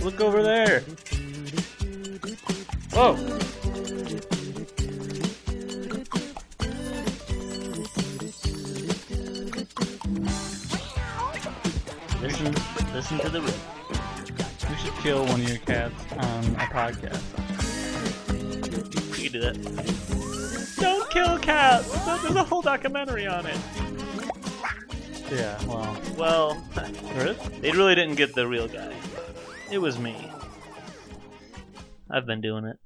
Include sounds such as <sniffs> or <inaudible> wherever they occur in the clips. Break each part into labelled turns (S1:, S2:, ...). S1: Look over there. Whoa. Listen, listen to the rip. We should kill one of your cats on a podcast. We can do that. Don't kill cats. There's a whole documentary on it. Yeah. Well,
S2: Well, <laughs>
S1: there is.
S2: they really didn't get the real guy. It was me. I've been doing it.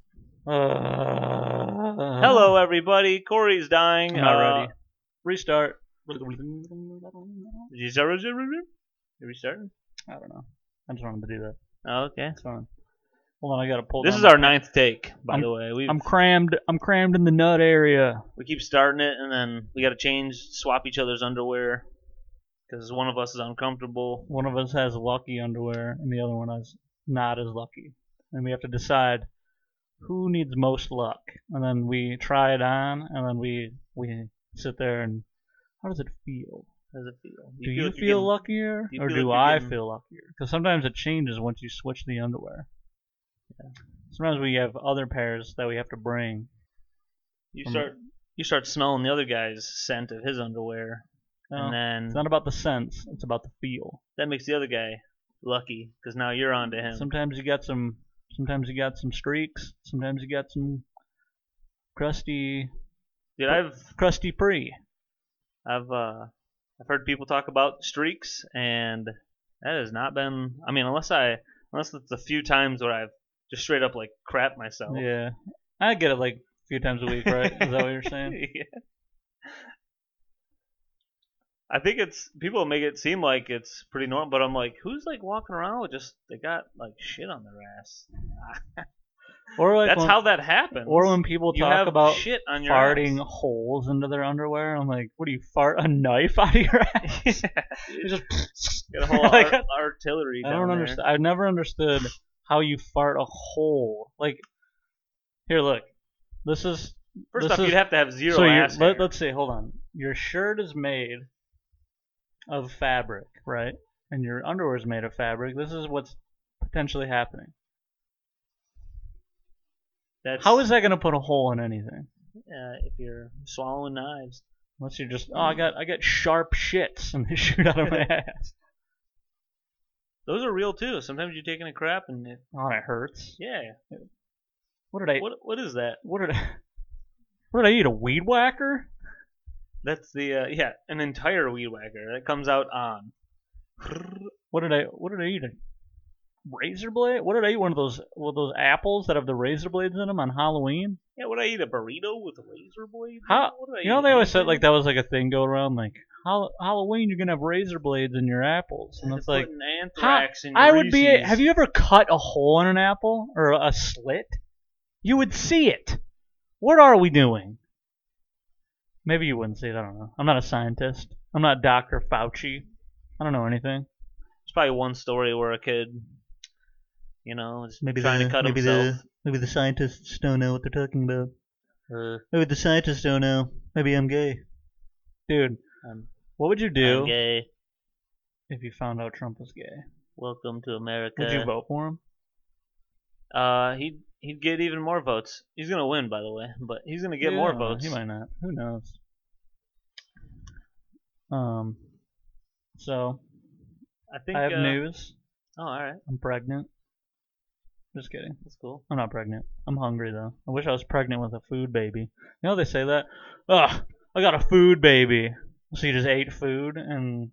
S1: Uh,
S2: Hello, everybody. Corey's dying.
S1: I'm not
S2: Uh,
S1: ready.
S2: Restart.
S1: I don't
S2: Is that- is that- You restarting?
S1: know. I just wanted to do that.
S2: Oh, okay.
S1: It's fun. Hold on, I gotta pull.
S2: This
S1: down
S2: is
S1: the-
S2: our ninth take, by
S1: I'm-
S2: the way. We
S1: I'm crammed. I'm crammed in the nut area.
S2: we keep starting it, and then we got to change, swap each other's underwear because one of us is uncomfortable.
S1: One of us has lucky underwear, and the other one is not as lucky. And we have to decide who needs most luck. And then we try it on, and then we we sit there and how does it feel?
S2: How does it feel?
S1: do you
S2: like
S1: feel
S2: you're getting-
S1: luckier,
S2: do you
S1: or
S2: feel
S1: do
S2: like you're
S1: I
S2: getting-
S1: feel luckier? Because sometimes it changes once you switch the underwear. Sometimes we have other pairs that we have to bring.
S2: You
S1: from-
S2: start you start smelling the other guy's scent of his underwear,
S1: No,
S2: and then
S1: it's not about the sense; it's about the feel.
S2: that makes the other guy lucky because now you're on to him.
S1: Sometimes you got some. Sometimes you got some streaks. Sometimes you got some crusty,
S2: Dude, I've
S1: crusty pre.
S2: I've uh, I've heard people talk about streaks, and that has not been. I mean, unless I unless it's a few times where I've just straight up like crap myself. <laughs>
S1: Yeah, I get it like a few times a week, right? Is that what you're <laughs> saying?
S2: yeah. I think it's people make it seem like it's pretty normal, but I'm like, who's like walking around with just they got like shit on their ass?
S1: Or like
S2: That's
S1: when,
S2: how that happens.
S1: or when people
S2: you
S1: talk
S2: have
S1: about
S2: shit on your
S1: farting
S2: ass.
S1: holes into their underwear. I'm like, what do you fart a knife <laughs>
S2: <laughs>
S1: out of your ass? It's just
S2: Got a whole
S1: <laughs> Like,
S2: ar- artillery.
S1: I
S2: down
S1: don't
S2: there.
S1: understand. I've never understood how you fart a hole. Like, here, look. This is
S2: First
S1: This
S2: off,
S1: is-
S2: you'd have to have zero
S1: so your-
S2: ass.
S1: let,
S2: hair.
S1: let's see hold on your shirt is made of fabric right and your underwear is made of fabric this is what's potentially happening
S2: That's,
S1: how is that going to put a hole in anything
S2: uh, if you're swallowing knives?
S1: unless you're just oh i got i got sharp shits and they shoot out
S2: <laughs>
S1: of my ass
S2: Those are real too. Sometimes you're taking a crap and it,
S1: oh and it hurts
S2: yeah.
S1: what did i what,
S2: What what is that?
S1: did i <laughs> what did i eat a weed whacker
S2: That's the uh, yeah an entire weed whacker that comes out on. <laughs>
S1: what did i what did i eat a razor blade what did i eat one of those one of those apples that have the razor blades in them on halloween
S2: Yeah, would I eat a burrito with a razor blade?
S1: How-
S2: What would I
S1: You know
S2: eat?
S1: they always said
S2: Anything?
S1: like that was like a thing going around like Hall- Halloween you're gonna have razor blades in your apples and
S2: They're
S1: it's like
S2: putting anthrax in
S1: I would be
S2: Reese's.
S1: have you ever cut a hole in an apple or a slit you would see it what are we doing maybe you wouldn't see it I don't know I'm not a scientist I'm not Dr Fauci I don't know anything
S2: There's probably one story where a kid, you know, is
S1: maybe
S2: trying
S1: the,
S2: to cut
S1: maybe
S2: himself.
S1: the maybe the scientists don't know what they're talking about
S2: Uh,
S1: maybe the scientists don't know maybe I'm gay dude
S2: I'm,
S1: what would you
S2: I'm
S1: do
S2: gay.
S1: if you found out Trump was gay
S2: Welcome to America.
S1: Would you vote for him?
S2: Uh, he'd he'd get even more votes. He's gonna win, by the way, <laughs> but he's gonna get more
S1: Yeah,
S2: votes.
S1: He might not. Who knows? Um. So
S2: I think.
S1: I have
S2: uh,
S1: news.
S2: Oh, all right,
S1: I'm pregnant. Just kidding.
S2: that's cool.
S1: I'm not pregnant. I'm hungry though. I wish I was pregnant with a food baby. You know they say that. Ugh, I got a food baby. So you just ate food and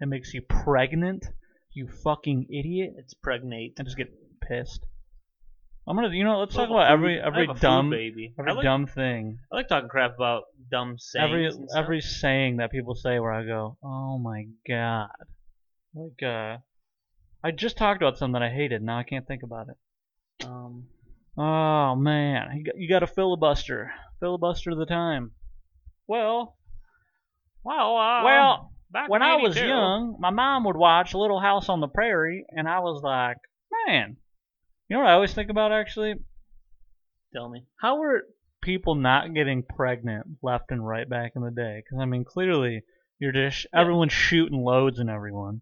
S1: it makes you pregnant. You fucking idiot.
S2: It's pregnant.
S1: I just get pissed. I'm gonna. You know, let's talk
S2: Love a
S1: about
S2: food-
S1: every
S2: I
S1: every
S2: have a food
S1: dumb
S2: baby.
S1: every
S2: I like,
S1: dumb thing.
S2: I like talking crap about dumb sayings.
S1: every
S2: and stuff.
S1: every saying that people say where I go, oh my god, like uh, I just talked about something I hated. Now I can't think about it.
S2: um,
S1: Oh man, you got, you got a filibuster, filibuster the time. Well,
S2: well, uh,
S1: well,
S2: back
S1: when
S2: in
S1: I was
S2: 82,
S1: young, my mom would watch Little House on the Prairie, and I was like, man, you know what I always think about actually?
S2: tell me.
S1: how were people not getting pregnant left and right back in the day? Because I mean, clearly you're just
S2: Yeah.
S1: everyone's shooting loads and everyone.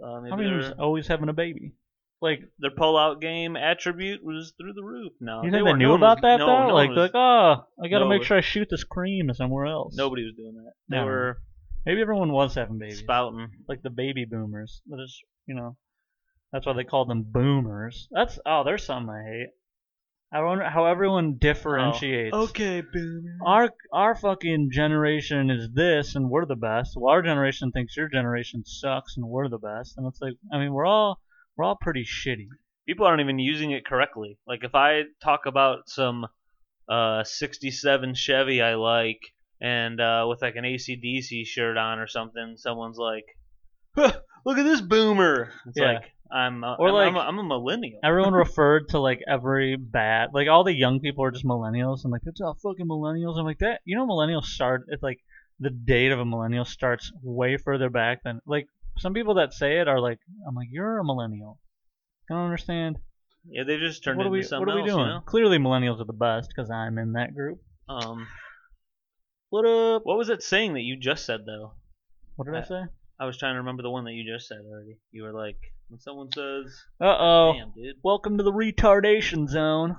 S2: Uh, maybe
S1: How many
S2: there
S1: was always having a baby?
S2: like their pull-out game attribute was through the roof. No,
S1: you
S2: Uh, they
S1: think they
S2: weren't-
S1: knew
S2: no one was-
S1: about that
S2: no,
S1: though?
S2: no
S1: like,
S2: one was-
S1: like, oh, I gotta
S2: no
S1: make
S2: one-
S1: sure I shoot this cream somewhere else.
S2: nobody was doing that. They
S1: No.
S2: were
S1: Maybe everyone was having babies.
S2: spouting.
S1: Like the baby boomers. That is, you know, that's why they call them boomers. That's oh, there's something I hate. I wonder how everyone differentiates.
S2: Oh, Okay, boom.
S1: Our our fucking generation is this, and we're the best. Well, our generation thinks your generation sucks, and we're the best. And it's like, I mean, we're all we're all pretty shitty.
S2: People aren't even using it correctly. Like if I talk about some uh, '67 Chevy I like, and uh, with like an ACDC shirt on or something, someone's like, "Huh, "Look at this boomer." It's
S1: Yeah.
S2: like I'm a,
S1: Or
S2: I'm,
S1: like-
S2: I'm, a, I'm a millennial.
S1: Everyone referred to like every bad, like all the young people are just millennials, and like it's all fucking millennials. I'm like that. You know, millennials start. It's like the date of a millennial starts way further back than like some people that say it are like, I'm like, you're a millennial. I don't understand.
S2: Yeah, they just turned
S1: What are
S2: into
S1: we?
S2: something
S1: What are we
S2: else,
S1: doing?
S2: you know?
S1: Clearly, millennials are the best because I'm in that group.
S2: Um,
S1: What up?
S2: what was it saying that you just said though?
S1: What did I
S2: Uh,
S1: say?
S2: I was trying to remember the one that you just said already. You were like, when someone says,
S1: Uh oh.
S2: "Damn, dude."
S1: Welcome to the retardation zone.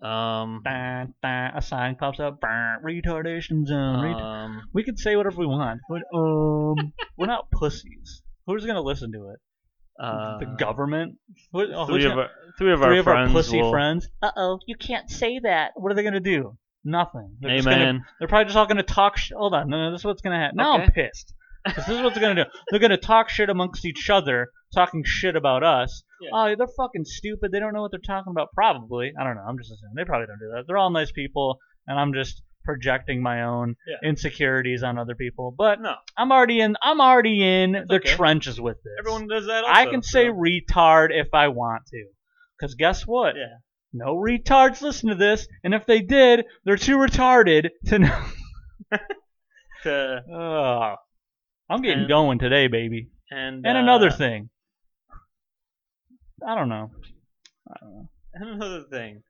S2: Um,
S1: Bah, bah, a sign pops up. Bah, retardation zone. Ret-
S2: um,
S1: We can say whatever we want, but um, we're not pussies. Who's gonna listen to it?
S2: uh,
S1: the government? Who, oh, who's
S2: Three of
S1: gonna-
S2: our three of
S1: three
S2: our
S1: of our
S2: friends
S1: pussy
S2: will.
S1: friends. Uh oh, you can't say that. What are they gonna do? Nothing. They're
S2: Hey
S1: just gonna-
S2: man,
S1: they're probably just all gonna talk. Sh- Hold on, no, no, this is what's gonna happen. Now I'm
S2: Okay.
S1: pissed. 'Cause this is what they're gonna do. They're gonna talk shit amongst each other, talking shit about us.
S2: Yeah.
S1: Oh, they're fucking stupid. They don't know what they're talking about. Probably. I don't know. I'm just assuming they probably don't do that. They're all nice people, and I'm just projecting my own
S2: Yeah.
S1: insecurities on other people. But
S2: no,
S1: I'm already in. I'm already in the
S2: okay.
S1: trenches with this.
S2: everyone does that.
S1: I
S2: also,
S1: can
S2: so-
S1: say retard if I want to, because guess what?
S2: yeah.
S1: No retards listen to this, and if they did, they're too retarded to know.
S2: To-
S1: Ugh. I'm getting
S2: And-
S1: going today, baby.
S2: and
S1: And
S2: uh,
S1: another thing. I don't know. I don't know.
S2: and <laughs> another thing.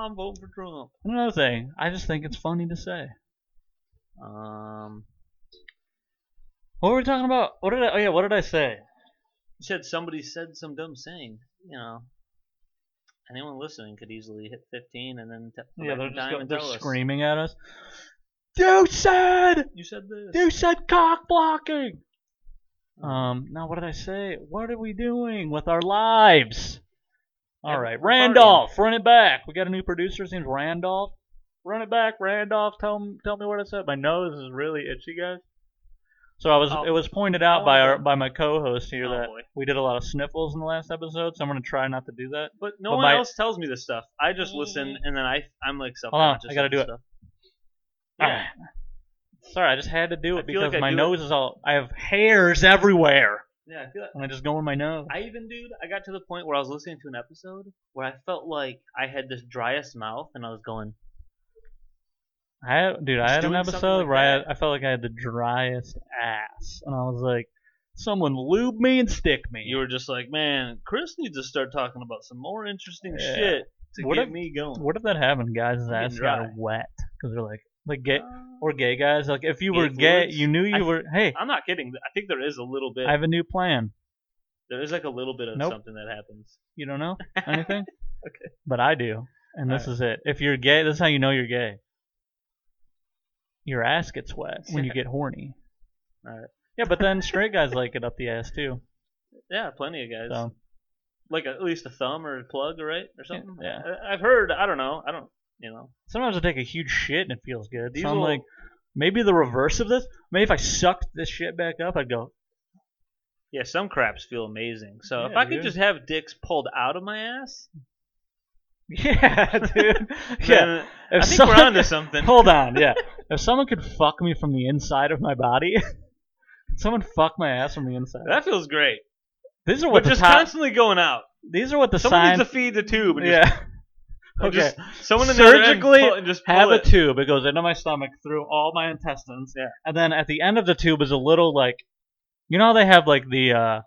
S2: I'm voting for Trump.
S1: And Another thing. I just think it's funny to say.
S2: Um,
S1: What were we talking about? What did I? Oh yeah, what did I say?
S2: you said somebody said some dumb saying. You know, anyone listening could easily hit 15 and then t- come
S1: Yeah,
S2: back
S1: they're
S2: in
S1: just
S2: time
S1: go,
S2: and
S1: they're
S2: tell us.
S1: screaming at us. You said.
S2: You said this.
S1: You said cock blocking. Um, now what did I say? What are we doing with our lives? All
S2: Yeah,
S1: right,
S2: we're
S1: Randolph, run it back. We got a new producer. His name's Randolph. Run it back, Randolph. Tell him, tell me what I said. My nose is really itchy, guys. So I was,
S2: Oh.
S1: it was pointed out
S2: Oh,
S1: by our,
S2: boy.
S1: by my co-host here
S2: Oh,
S1: that
S2: boy.
S1: we did a lot of sniffles in the last episode. So I'm gonna try not to do that.
S2: But no
S1: But
S2: one
S1: my- Mm-hmm.
S2: else tells me this stuff. I just listen, and then I I'm like
S1: on, I
S2: subconscious.
S1: gotta
S2: of
S1: do
S2: this
S1: it.
S2: Stuff.
S1: Ah. Sorry, I just had to do
S2: I
S1: it
S2: feel like
S1: because
S2: I
S1: my
S2: do it-
S1: nose is all. I have hairs everywhere,
S2: Yeah, I feel like
S1: and I just go in my nose.
S2: I even, dude, I got to the point where I was listening to an episode where I felt like I had the driest mouth, and I was going,
S1: I had, dude, I
S2: Just
S1: had an
S2: doing something
S1: episode
S2: like
S1: where I, had,
S2: that.
S1: I felt like I had the driest ass, and I was like, "Someone lube me and stick me."
S2: you were just like, man, Chris needs to start talking about some more interesting
S1: Yeah.
S2: shit to
S1: What
S2: get
S1: if-
S2: me going.
S1: what if that happened? Guys'
S2: I'm
S1: ass
S2: getting
S1: got
S2: dry.
S1: wet because they're like, like gay
S2: Uh,
S1: or gay guys. Like if you
S2: Gay
S1: were gay,
S2: fluids?
S1: you knew you
S2: I-
S1: were. Hey,
S2: I'm not kidding. I think there is a little bit.
S1: I have a new plan.
S2: there is like a little bit of
S1: Nope.
S2: something that happens.
S1: You
S2: <laughs>
S1: don't know anything,
S2: Okay.
S1: but I do, and this is it. If you're gay, this is how you know you're gay. Your ass gets wet when you get horny.
S2: All right.
S1: Yeah, but then
S2: <laughs>
S1: straight guys like it up the ass too.
S2: Yeah, plenty of guys.
S1: So
S2: Like at least a thumb or a plug, right, or something.
S1: yeah.
S2: I, I've heard. I don't know. I don't. You know.
S1: Sometimes I take a huge shit and it feels good.
S2: These
S1: so I'm
S2: will-
S1: like, maybe the reverse of this. Maybe if I sucked this shit back up, I'd go, <laughs>
S2: Yeah, some craps feel amazing. So if
S1: Yeah,
S2: I could
S1: dude.
S2: just have dicks pulled out of my ass,
S1: yeah, dude. <laughs> yeah.
S2: yeah,
S1: If
S2: I think
S1: someone-
S2: we're onto something.
S1: Hold on, <laughs> yeah. if someone could fuck me from the inside of my body, <laughs> someone fuck my ass from the inside.
S2: That feels great.
S1: These are
S2: We're
S1: what the
S2: just
S1: top.
S2: constantly going out.
S1: these are what the
S2: Someone
S1: signs.
S2: needs to feed the tube. And
S1: yeah.
S2: Just, and
S1: Okay.
S2: Just, someone in the other end
S1: Surgically
S2: pull- and just pull
S1: have a
S2: it.
S1: tube. It goes into my stomach through all my intestines.
S2: Yeah.
S1: And then at the end of the tube is a little like, you know, how they have like the, uh,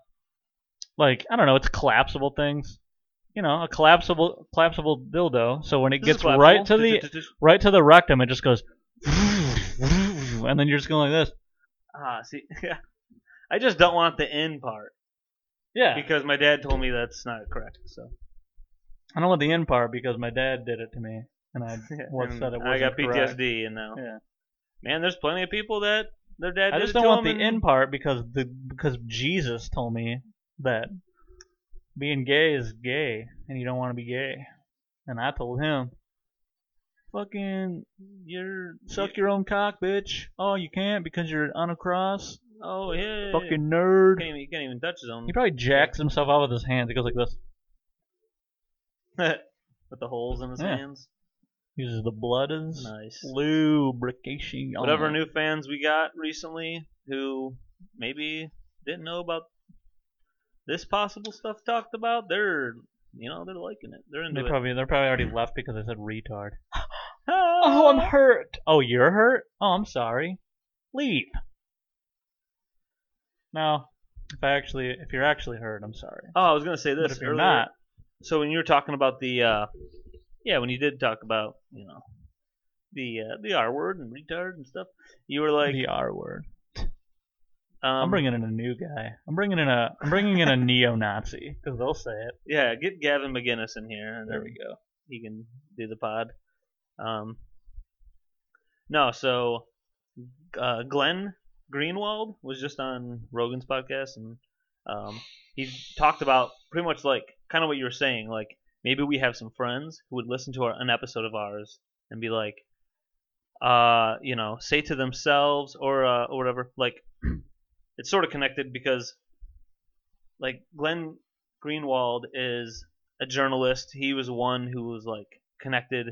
S1: like I don't know, it's collapsible things. You know, a collapsible collapsible dildo. So when it
S2: This is
S1: gets right to
S2: collapsible.
S1: the
S2: <laughs>
S1: right to the rectum, it just goes,
S2: <laughs>
S1: and then you're just going like this.
S2: Ah, see, yeah. I just don't want the end part.
S1: Yeah.
S2: because my dad told me that's not correct. So
S1: I don't want the end part because my dad did it to me, and
S2: <laughs>
S1: I was
S2: And
S1: said it wasn't
S2: I got
S1: correct.
S2: PTSD, and now
S1: Yeah.
S2: man, there's plenty of people that their dad.
S1: I
S2: did
S1: just
S2: it
S1: don't
S2: to
S1: want
S2: 'em
S1: the
S2: and-
S1: end part because the because Jesus told me that being gay is gay and you don't want to be gay, and I told him, "Fucking, you're suck your own cock, bitch. Oh, you can't because you're on a cross.
S2: <laughs> Oh yeah.
S1: Fucking
S2: You
S1: nerd."
S2: can't even, you can't even touch his own
S1: He probably jacks himself out with his hands. He goes like this.
S2: with the <laughs> holes in his
S1: Yeah.
S2: hands.
S1: Uses the blood as
S2: Nice.
S1: lubrication.
S2: Whatever new fans we got recently who maybe didn't know about this possible stuff talked about, they're you know they're liking it. They're into
S1: They
S2: it.
S1: probably they're probably already left because I said retard. Oh, I'm hurt. Oh, you're hurt? Oh, I'm sorry. Leave. No, if I actually, if you're actually hurt, I'm sorry.
S2: Oh, I was gonna say
S1: But
S2: this
S1: if you're
S2: earlier.
S1: not,
S2: So when you were talking about the, uh, yeah, when you did talk about you know the uh, the R word and retard and stuff, you were like,
S1: the R word.
S2: um,
S1: I'm bringing in a new guy. I'm bringing in a, I'm
S2: <laughs>
S1: bringing in a neo-Nazi because they'll say it.
S2: yeah, get Gavin McGinnis in here, and
S1: There
S2: there
S1: we go.
S2: he can do the pod. Um, no, so uh, Glenn Greenwald was just on Rogan's podcast, and um, he talked about pretty much like kind of what you were saying, like maybe we have some friends who would listen to our, an episode of ours and be like, uh, you know, say to themselves or uh, or whatever, like <clears throat> it's sort of connected because like Glenn Greenwald is a journalist. He was one who was like connected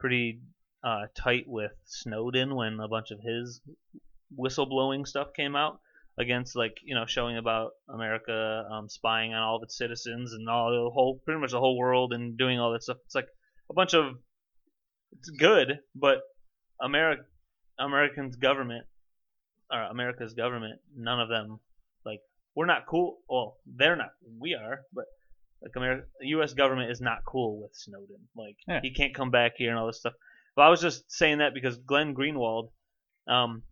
S2: pretty uh, tight with Snowden when a bunch of his whistleblowing stuff came out against like you know showing about America um, spying on all of its citizens and all the whole pretty much the whole world and doing all that stuff. It's like a bunch of it's good, but America Americans government or America's government, none of them like we're not cool. Well, they're not. We are, but like America, the U.S. government is not cool with Snowden. Like
S1: Yeah.
S2: he can't come back here and all this stuff. But I was just saying that because Glenn Greenwald, um,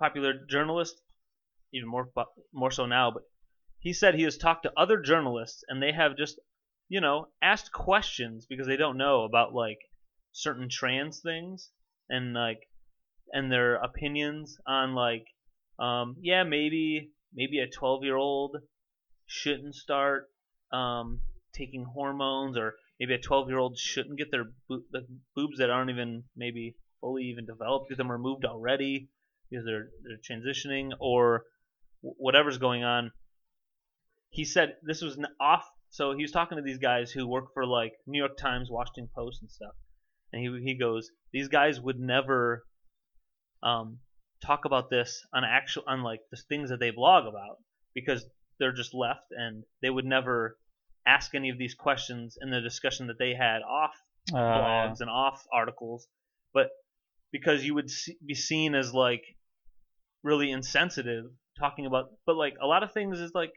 S2: popular journalist, even more po- more so now, but he said he has talked to other journalists and they have just, you know, asked questions because they don't know about like certain trans things and like and their opinions on like um, yeah maybe maybe a 12 year old shouldn't start um, taking hormones or maybe a 12 year old shouldn't get their bo- the boobs that aren't even maybe fully even developed get them removed already because they're they're transitioning or wh- whatever's going on he said this was an off so he was talking to these guys who work for like New York Times Washington Post and stuff and he, he goes these guys would never um, talk about this on actual on like the things that they blog about because they're just left and they would never ask any of these questions in the discussion that they had off
S1: Uh,
S2: blogs and off articles, but because you would se- be seen as like really insensitive talking about. But like a lot of things is like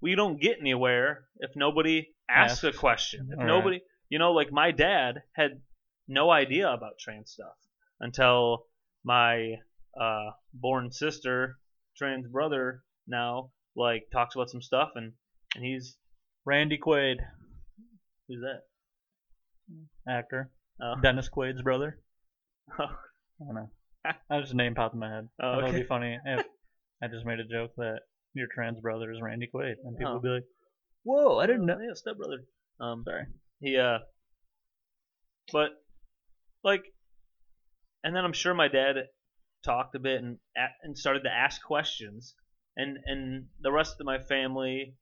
S2: we don't get anywhere if nobody asks a
S1: Asks.
S2: question. If
S1: All right.
S2: nobody, you know, like my dad had no idea about trans stuff until my uh, born sister, trans brother, now like talks about some stuff and and he's
S1: Randy Quaid,
S2: who's that?
S1: actor,
S2: Oh.
S1: Dennis
S2: <laughs>
S1: Quaid's brother. I don't know. That was just a name popped in my head.
S2: Oh,
S1: I thought it'd
S2: okay.
S1: be funny if I just made a joke that your trans brother is Randy Quaid, and people
S2: Oh.
S1: would be like, "Whoa, I didn't know."
S2: Yeah, stepbrother. Um,
S1: Sorry.
S2: He uh but like and then I'm sure my dad talked a bit and a- and started to ask questions and and the rest of my family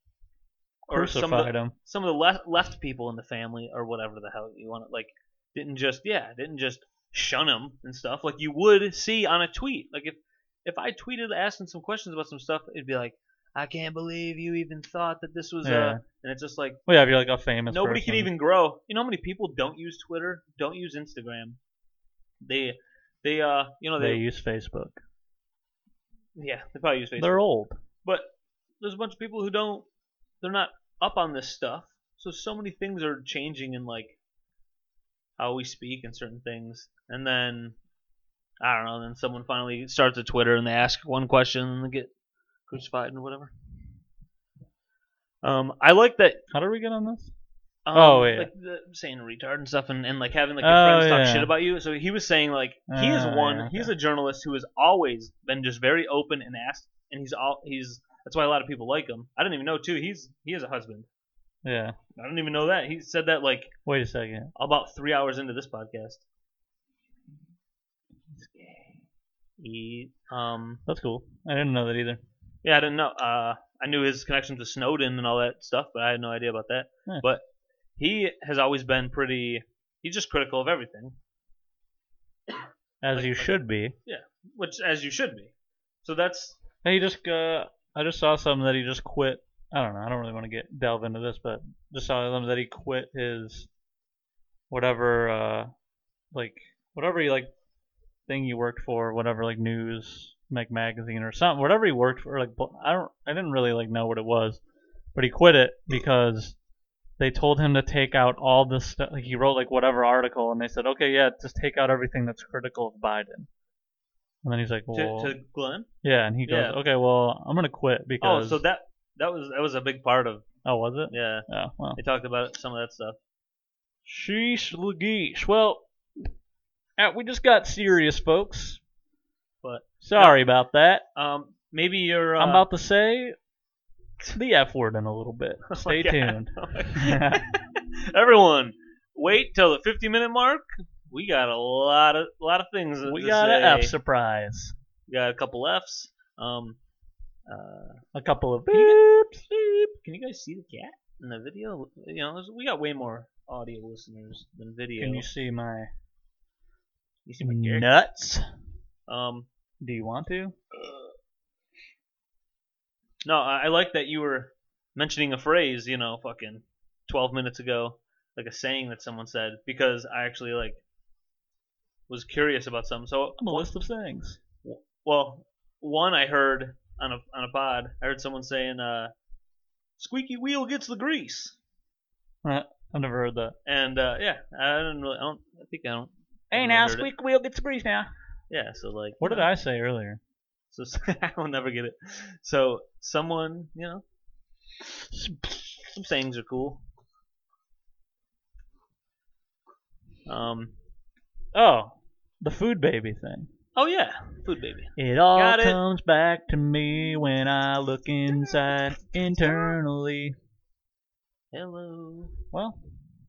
S2: or some of the,
S1: Crucified him.
S2: some of the left left people in the family or whatever the hell you want to like didn't just yeah didn't just shun him and stuff like you would see on a tweet like if if I tweeted asking some questions about some stuff it'd be like I can't believe you even thought that this was
S1: Yeah.
S2: uh and it's just like
S1: Well, yeah, if you're like a famous
S2: Nobody can
S1: person.
S2: even grow. You know how many people don't use Twitter, don't use Instagram. They, they, uh, you know,
S1: They
S2: they,
S1: use Facebook.
S2: yeah, they probably use Facebook.
S1: They're old.
S2: But there's a bunch of people who don't, they're not up on this stuff. So so many things are changing in like how we speak and certain things. And then I don't know. Then someone finally starts a Twitter and they ask one question and they get crucified and whatever. Um, I like that.
S1: How do we get on this?
S2: Um,
S1: Oh, yeah.
S2: Like the, saying retard and stuff, and, and like having like your
S1: Oh,
S2: friends talk
S1: yeah.
S2: shit about you. So he was saying like he is
S1: Ah,
S2: one.
S1: yeah,
S2: He's a journalist who has always been just very open and asked, and he's all he's. That's why a lot of people like him. I didn't even know too. He's he has a husband.
S1: Yeah.
S2: I didn't even know that. He said that like
S1: Wait a second.
S2: about three hours into this podcast. He, um,
S1: That's cool. I didn't know that either.
S2: yeah, I didn't know. Uh, I knew his connections with Snowden and all that stuff, but I had no idea about that.
S1: Yeah.
S2: But he has always been pretty. He's just critical of everything,
S1: As
S2: Like-
S1: you
S2: like-
S1: should be.
S2: which as you should be. So that's
S1: Hey, he just uh, I just saw something that he just quit. I don't know. I don't really want to get delve into this, but just saw something that he quit his whatever, uh, like whatever he like thing he worked for, whatever like news like magazine or something, whatever he worked for. Like bu- I don't, I didn't really like know what it was, but he quit it because they told him to take out all the stuff. Like he wrote like whatever article, and they said, okay, yeah, just take out everything that's critical of Biden. And then he's like,
S2: to,
S1: well,
S2: to Glenn.
S1: yeah, and he goes,
S2: Yeah.
S1: "Okay, well, I'm gonna quit
S2: Oh,
S1: because."
S2: so that that was that was a big part of
S1: oh, was it?
S2: yeah.
S1: Oh, well.
S2: They talked about some of that stuff.
S1: Sheesh, Lageesh. Well, uh, we just got serious, folks.
S2: But-
S1: sorry about that.
S2: Um, maybe you're. Uh,
S1: I'm about to say the F word in a little <laughs> bit. Stay
S2: God.
S1: tuned.
S2: <laughs>
S1: <laughs>
S2: Everyone, wait till the 50 minute mark. We got a lot of lot of things. to-
S1: we
S2: to
S1: got
S2: say.
S1: an F surprise.
S2: We got a couple Fs. Um, uh,
S1: A couple of
S2: you
S1: beeps.
S2: can you guys see the cat in the video? You know, there's- we got way more audio listeners than video.
S1: Can you see my
S2: You see my
S1: Mm.
S2: character?
S1: nuts?
S2: Um,
S1: Do you want to?
S2: no, I, I like that you were mentioning a phrase. You know, fucking 12 minutes ago, like a saying that someone said because I actually like was curious about something. So
S1: I'm a list of things.
S2: Well, one I heard on a on a pod, I heard someone saying, uh, "Squeaky wheel gets the grease,"
S1: I've never heard that.
S2: and uh, yeah, I don't really, I don't, I think I don't. I've never heard it.
S1: wheel gets the grease now.
S2: Yeah, so like,
S1: What did I say earlier?
S2: So <laughs> I will never get it. So someone, you know, some sayings are cool. Um.
S1: Oh, the food baby thing.
S2: Oh yeah, food baby.
S1: It all
S2: Got it.
S1: comes back to me when I look inside internally.
S2: Hello.
S1: Well,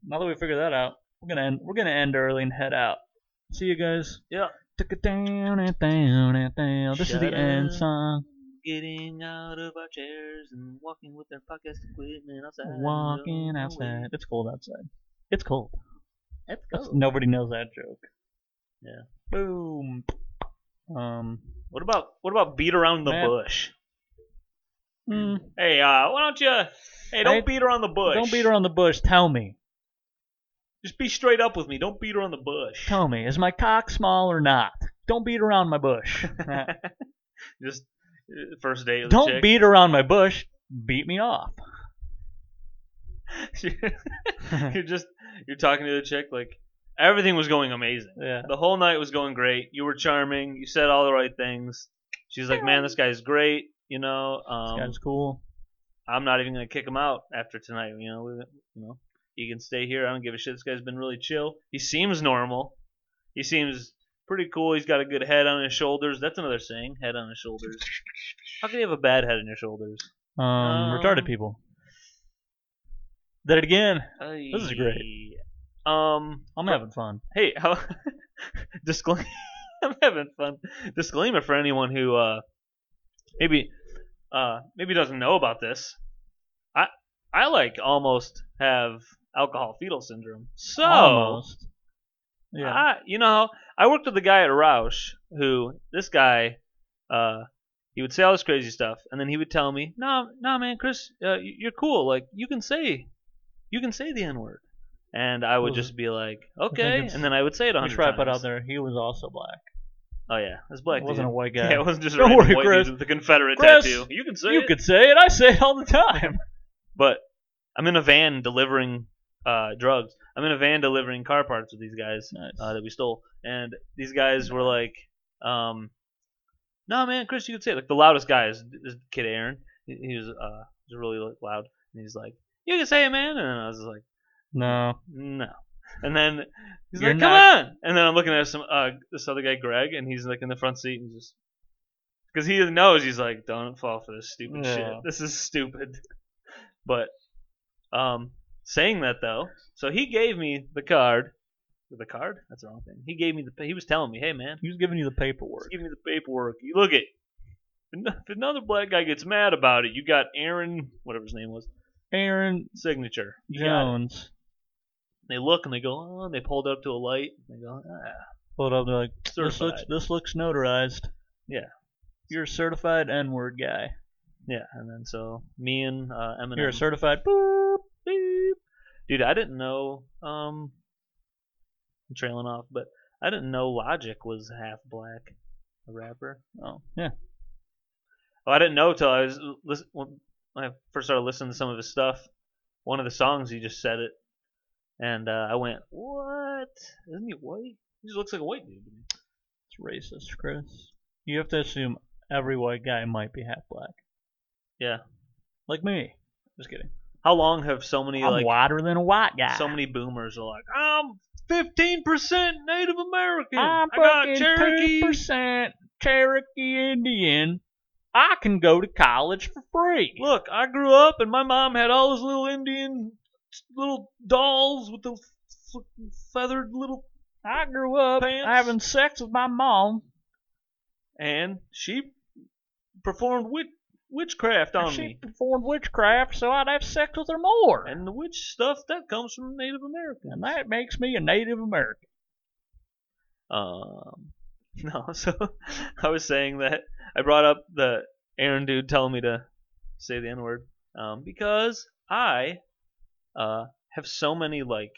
S1: now that we figured that out, we're gonna end. We're gonna end early and head out. See you guys.
S2: Yeah.
S1: Took it down and down and down. This is
S2: Shut
S1: the end
S2: up.
S1: song.
S2: Getting out of our chairs and walking with their podcast equipment outside.
S1: Walking outside. It's cold outside. It's cold.
S2: Let's
S1: That's-
S2: go.
S1: Nobody knows that joke.
S2: Oh. Yeah.
S1: Boom. Um.
S2: What about what about beat around the
S1: Man.
S2: bush?
S1: mm,
S2: Hey, uh, why don't you? Hey, don't
S1: Hey,
S2: beat around the bush.
S1: don't beat around the bush. Tell me.
S2: Just be straight up with me. Don't beat around the bush.
S1: Tell me, is my cock small or not? Don't beat around
S2: <laughs>
S1: my bush.
S2: Just uh, first date. With a
S1: Don't
S2: chick.
S1: beat around my bush. Beat me off.
S2: <laughs> you're just you're talking to the chick like everything was going amazing.
S1: yeah.
S2: The whole night was going great. You were charming. You said all the right things. She's like, man, this guy's great. You know,
S1: This
S2: um,
S1: guy's cool.
S2: I'm not even gonna kick him out after tonight. You know, we, you know, he can stay here. I don't give a shit. This guy's been really chill. He seems normal. He seems pretty cool. He's got a good head on his shoulders. That's another saying: head on his shoulders. How can you have a bad head on your shoulders?
S1: Um,
S2: Um,
S1: retarded people. Did it again.
S2: This
S1: is great.
S2: Um,
S1: I'm having fun.
S2: hey, how, disclaimer. I'm having fun. Disclaimer for anyone who uh, maybe uh, maybe doesn't know about this. I I like almost have alcohol fetal syndrome. So
S1: Almost. Yeah.
S2: I, you know, I worked with a guy at Roush who this guy, uh, he would say all this crazy stuff, and then he would tell me, "No, no, man, Chris, uh, y- you're cool. Like you can say, you can say the N word," and I would
S1: Was it-
S2: just be like, "Okay,w,"
S1: it's-
S2: and then I would say it on.
S1: we should probably put out there. He was also black.
S2: Oh yeah, that's black.
S1: He wasn't
S2: dude.
S1: a white
S2: <laughs> yeah.
S1: guy.
S2: it wasn't just a
S1: Don't
S2: random
S1: worry,
S2: white
S1: Chris.
S2: dude with a Confederate
S1: Chris,
S2: tattoo. You can say
S1: you
S2: it,
S1: could say it. I say it all
S2: <laughs>
S1: the time.
S2: but I'm in a van delivering uh, drugs. I'm in a van delivering car parts with these guys.
S1: Nice.
S2: uh, that we stole. And these guys were like, um, "No, man, Chris, you could say it." like the loudest guy is this kid Aaron. He, he was uh, he was really loud, And he's like, you can say it, man. And I was just like,
S1: No.
S2: no. And then he's
S1: You're
S2: like, come on. And then I'm looking at some uh, this other guy, Greg, and he's like in the front seat and just. Because he knows he's like, don't fall for this stupid shit.
S1: Yeah.
S2: This is stupid. <laughs> But um, saying that though, so he gave me the card. The card? That's the wrong thing. He gave me the. He was telling me, hey man,
S1: He was giving you the
S2: Just
S1: paperwork.
S2: give me the paperwork. You look it. If another black guy gets mad about it, you got Aaron, whatever his name was,
S1: Aaron
S2: signature. You got it.
S1: Jones
S2: They look and they go, oh, and they pulled up to a light. And they go, ah,
S1: pulled up. They're like, this
S2: certified.
S1: looks, this looks notarized.
S2: Yeah.
S1: You're a certified N-word guy.
S2: yeah. And then so me and uh, Eminem.
S1: You're a certified boop.
S2: Beep. Dude, I didn't know. Um, I'm trailing off, but I didn't know Logic was half black, a rapper.
S1: Oh, yeah.
S2: Well, I didn't know till I was listen, when I first started listening to some of his stuff. One of the songs, he just said it, and uh, I went, "What? Isn't he white? He just looks like a white dude." to me."
S1: It's racist, Chris. You have to assume every white guy might be half black.
S2: Yeah.
S1: Like me. Just kidding.
S2: How long have so many
S1: I'm
S2: like
S1: whiter than a white guy.
S2: so many boomers are like, "I'm 15% Native American.
S1: I'm
S2: I got
S1: fucking
S2: Cherokee."
S1: 2% Cherokee Indian. I can go to college for free.
S2: Look, I grew up and my mom had all those little Indian little dolls with the f- f- feathered little
S1: I grew up
S2: Pants.
S1: having sex with my mom.
S2: and she performed wit- witchcraft
S1: and
S2: on
S1: she
S2: me.
S1: performed witchcraft, so I'd have sex with her more. And,
S2: And the witch stuff that comes from Native Americans.
S1: that makes me a Native American.
S2: Um, <laughs> no, so <laughs> I was saying that I brought up the Aaron dude telling me to say the N word um, because I uh, have so many like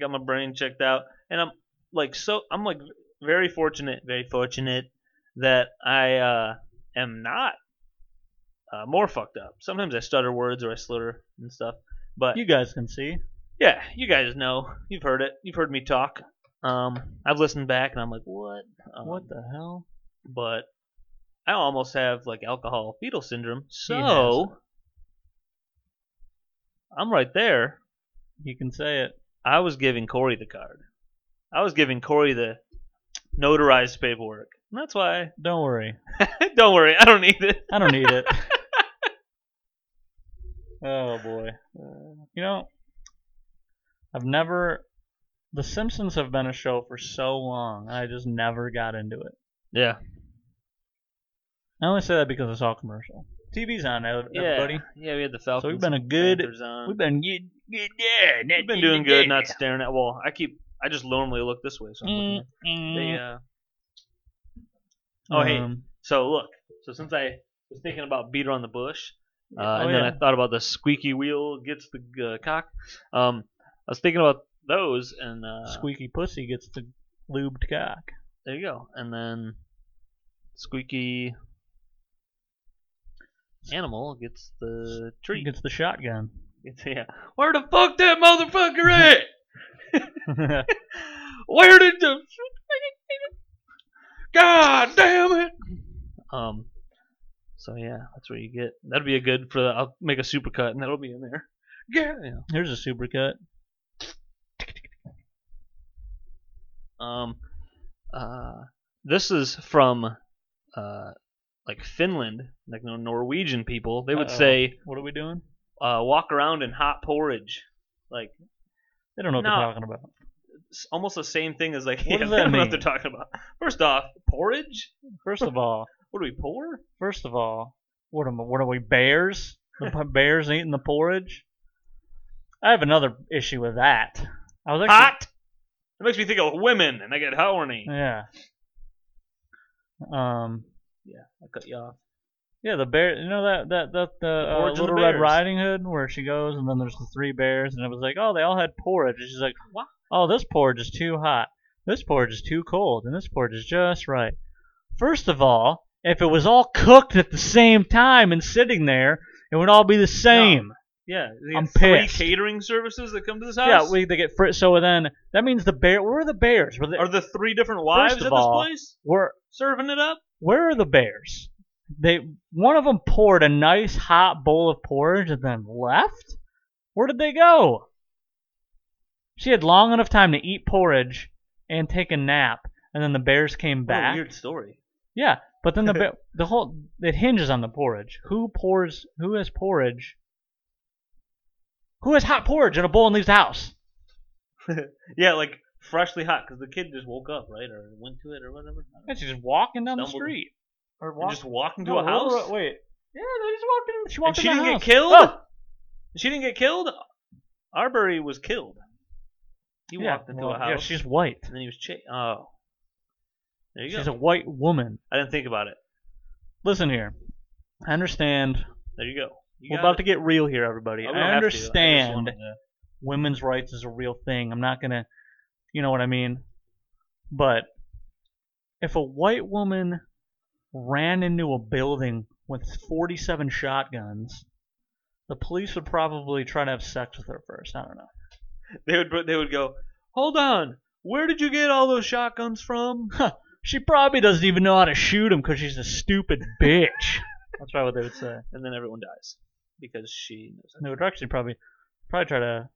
S2: got my brain checked out, and I'm like so I'm like very fortunate, very fortunate that I uh, am not uh, more fucked up. Sometimes I stutter words or I slur and stuff, but
S1: You guys can see.
S2: yeah, you guys know. You've heard it. You've heard me talk. Um, I've listened back and I'm like, what? Um,
S1: what the hell?
S2: But I almost have like alcohol fetal syndrome,
S1: has
S2: so I'm right there.
S1: You can say it.
S2: I was giving Corey the card. I was giving Corey the notarized paperwork. And that's why. <laughs>
S1: Don't worry.
S2: don't worry, I don't need it.
S1: I don't need <laughs> it. oh boy. Uh, You know, I've never. The Simpsons have been a show for so long, and I just never got into it.
S2: Yeah.
S1: I only say that because I saw a commercial. TV's on, ev- everybody.
S2: Yeah. Yeah. We had the Falcons.
S1: been a
S2: and
S1: good-
S2: Panthers on.
S1: We've been good, good yeah,
S2: We've been doing good, not staring at wall. I keep. I just normally look this way. So I'm
S1: Mm,
S2: looking
S1: Mm-hmm.
S2: at the, uh, oh, hey.
S1: Um,
S2: So look, so since I was thinking about beater on the bush, uh, and then I thought about the squeaky wheel gets the uh, cock. Um, I was thinking about those, and uh,
S1: Squeaky pussy gets the lubed cock.
S2: there you go. And then squeaky animal gets the tree.
S1: Gets the shotgun.
S2: It's- yeah. Where the fuck that motherfucker at? <laughs> Where did the <laughs> God damn it? Um. So yeah, that's what you get. That'd be a good for. The, I'll make a supercut, and that'll be in there. Yeah. yeah.
S1: Here's a supercut.
S2: Um. Uh. This is from, uh, like Finland, like no Norwegian people. They would
S1: Uh-oh.
S2: say,
S1: What are we doing?
S2: uh, walk around in hot porridge, like
S1: They don't know what
S2: No.
S1: they're talking about.
S2: it's almost the same thing as like. <laughs>
S1: What
S2: yeah,
S1: does
S2: they
S1: that
S2: don't know
S1: mean?
S2: what they're talking about. First off, porridge.
S1: First of all,
S2: What do we pour?
S1: First of all, what am what are we bears? The p- <laughs> bears eating the porridge? I have another issue with that. I was actually,
S2: Hot. It makes me think of women, and I get horny.
S1: Yeah. Um.
S2: I cut you off.
S1: Yeah, the bear. You know that that that the, uh,
S2: porridge and the
S1: little Red
S2: bears.
S1: Riding Hood where she goes, and then there's the three bears, and it was like, oh, they all had porridge. And she's like,
S2: What?
S1: Oh, this porridge is too hot. This porridge is too cold, and this porridge is just right. First of all, if it was all cooked at the same time and sitting there, it would all be the same.
S2: Yeah, they
S1: I'm
S2: got three
S1: pissed.
S2: catering services that come to this house.
S1: Yeah, we, they get fr- so then that means the bear. Where are the bears? Were, they,
S2: are the three different wives
S1: First
S2: at
S1: of
S2: this
S1: all-
S2: place
S1: where
S2: serving it up?
S1: where are the bears? They one of them poured a nice hot bowl of porridge and then left. Where did they go? She had long enough time to eat porridge and take a nap, and then the bears
S2: What
S1: came
S2: a
S1: back.
S2: weird story.
S1: Yeah,
S2: <laughs>
S1: but then the ba- the whole it hinges on the porridge. Who pours? Who has porridge? Who has hot porridge in a bowl and leaves the house?
S2: Yeah, like freshly hot because the kid just woke up, right, or went to it or whatever. I don't know.
S1: And she's just walking down the
S2: Stumbled.
S1: street. Or
S2: And just walked into
S1: No,
S2: a house.
S1: Aurora- wait. Yeah, they just walked in. She
S2: and
S1: walked
S2: she
S1: in
S2: didn't
S1: the
S2: get
S1: house.
S2: killed.
S1: Oh!
S2: She didn't get killed. Arbery was killed. He
S1: yeah,
S2: walked into
S1: well,
S2: a house.
S1: Yeah, she's white.
S2: and then he was chased. Oh, there you
S1: She's a
S2: go.
S1: white woman.
S2: I I didn't think about it.
S1: Listen here. I understand.
S2: There you go. You
S1: We're
S2: got
S1: about
S2: it.
S1: to get real here, everybody.
S2: don't
S1: I
S2: have to. just
S1: understand
S2: wanted to- <laughs>
S1: women's rights is a real thing. I'm not gonna, you know what I mean. But if a white woman ran into a building with 47 shotguns, the police would probably try to have sex with her first. I don't know.
S2: they would br- they would go. Hold on. Where did you get all those shotguns from?
S1: She probably doesn't even know how to shoot him because she's a stupid bitch.
S2: <laughs>
S1: That's probably what they would say.
S2: and then everyone dies because she knows.
S1: They would actually probably probably try to.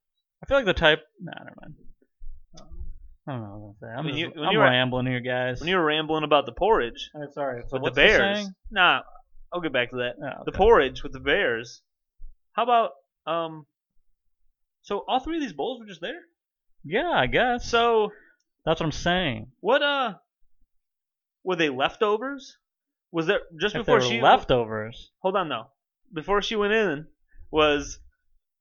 S1: I feel like the type. Nah, never mind. I don't know what I'm gonna say. I'm,
S2: When you-
S1: just,
S2: when
S1: I'm
S2: you were-
S1: rambling here, guys.
S2: When you were rambling about the porridge
S1: I'm sorry. So
S2: with
S1: what's
S2: the
S1: this
S2: bears,
S1: saying?
S2: nah, I'll get back to that.
S1: Oh,
S2: The
S1: okay.
S2: porridge with the bears. How about um? So all three of these bowls were just there.
S1: Yeah, I guess.
S2: So
S1: That's what I'm saying.
S2: what uh? Were they leftovers? Was there just
S1: If
S2: before
S1: they're
S2: she
S1: leftovers.
S2: Hold on though. Before she went in, was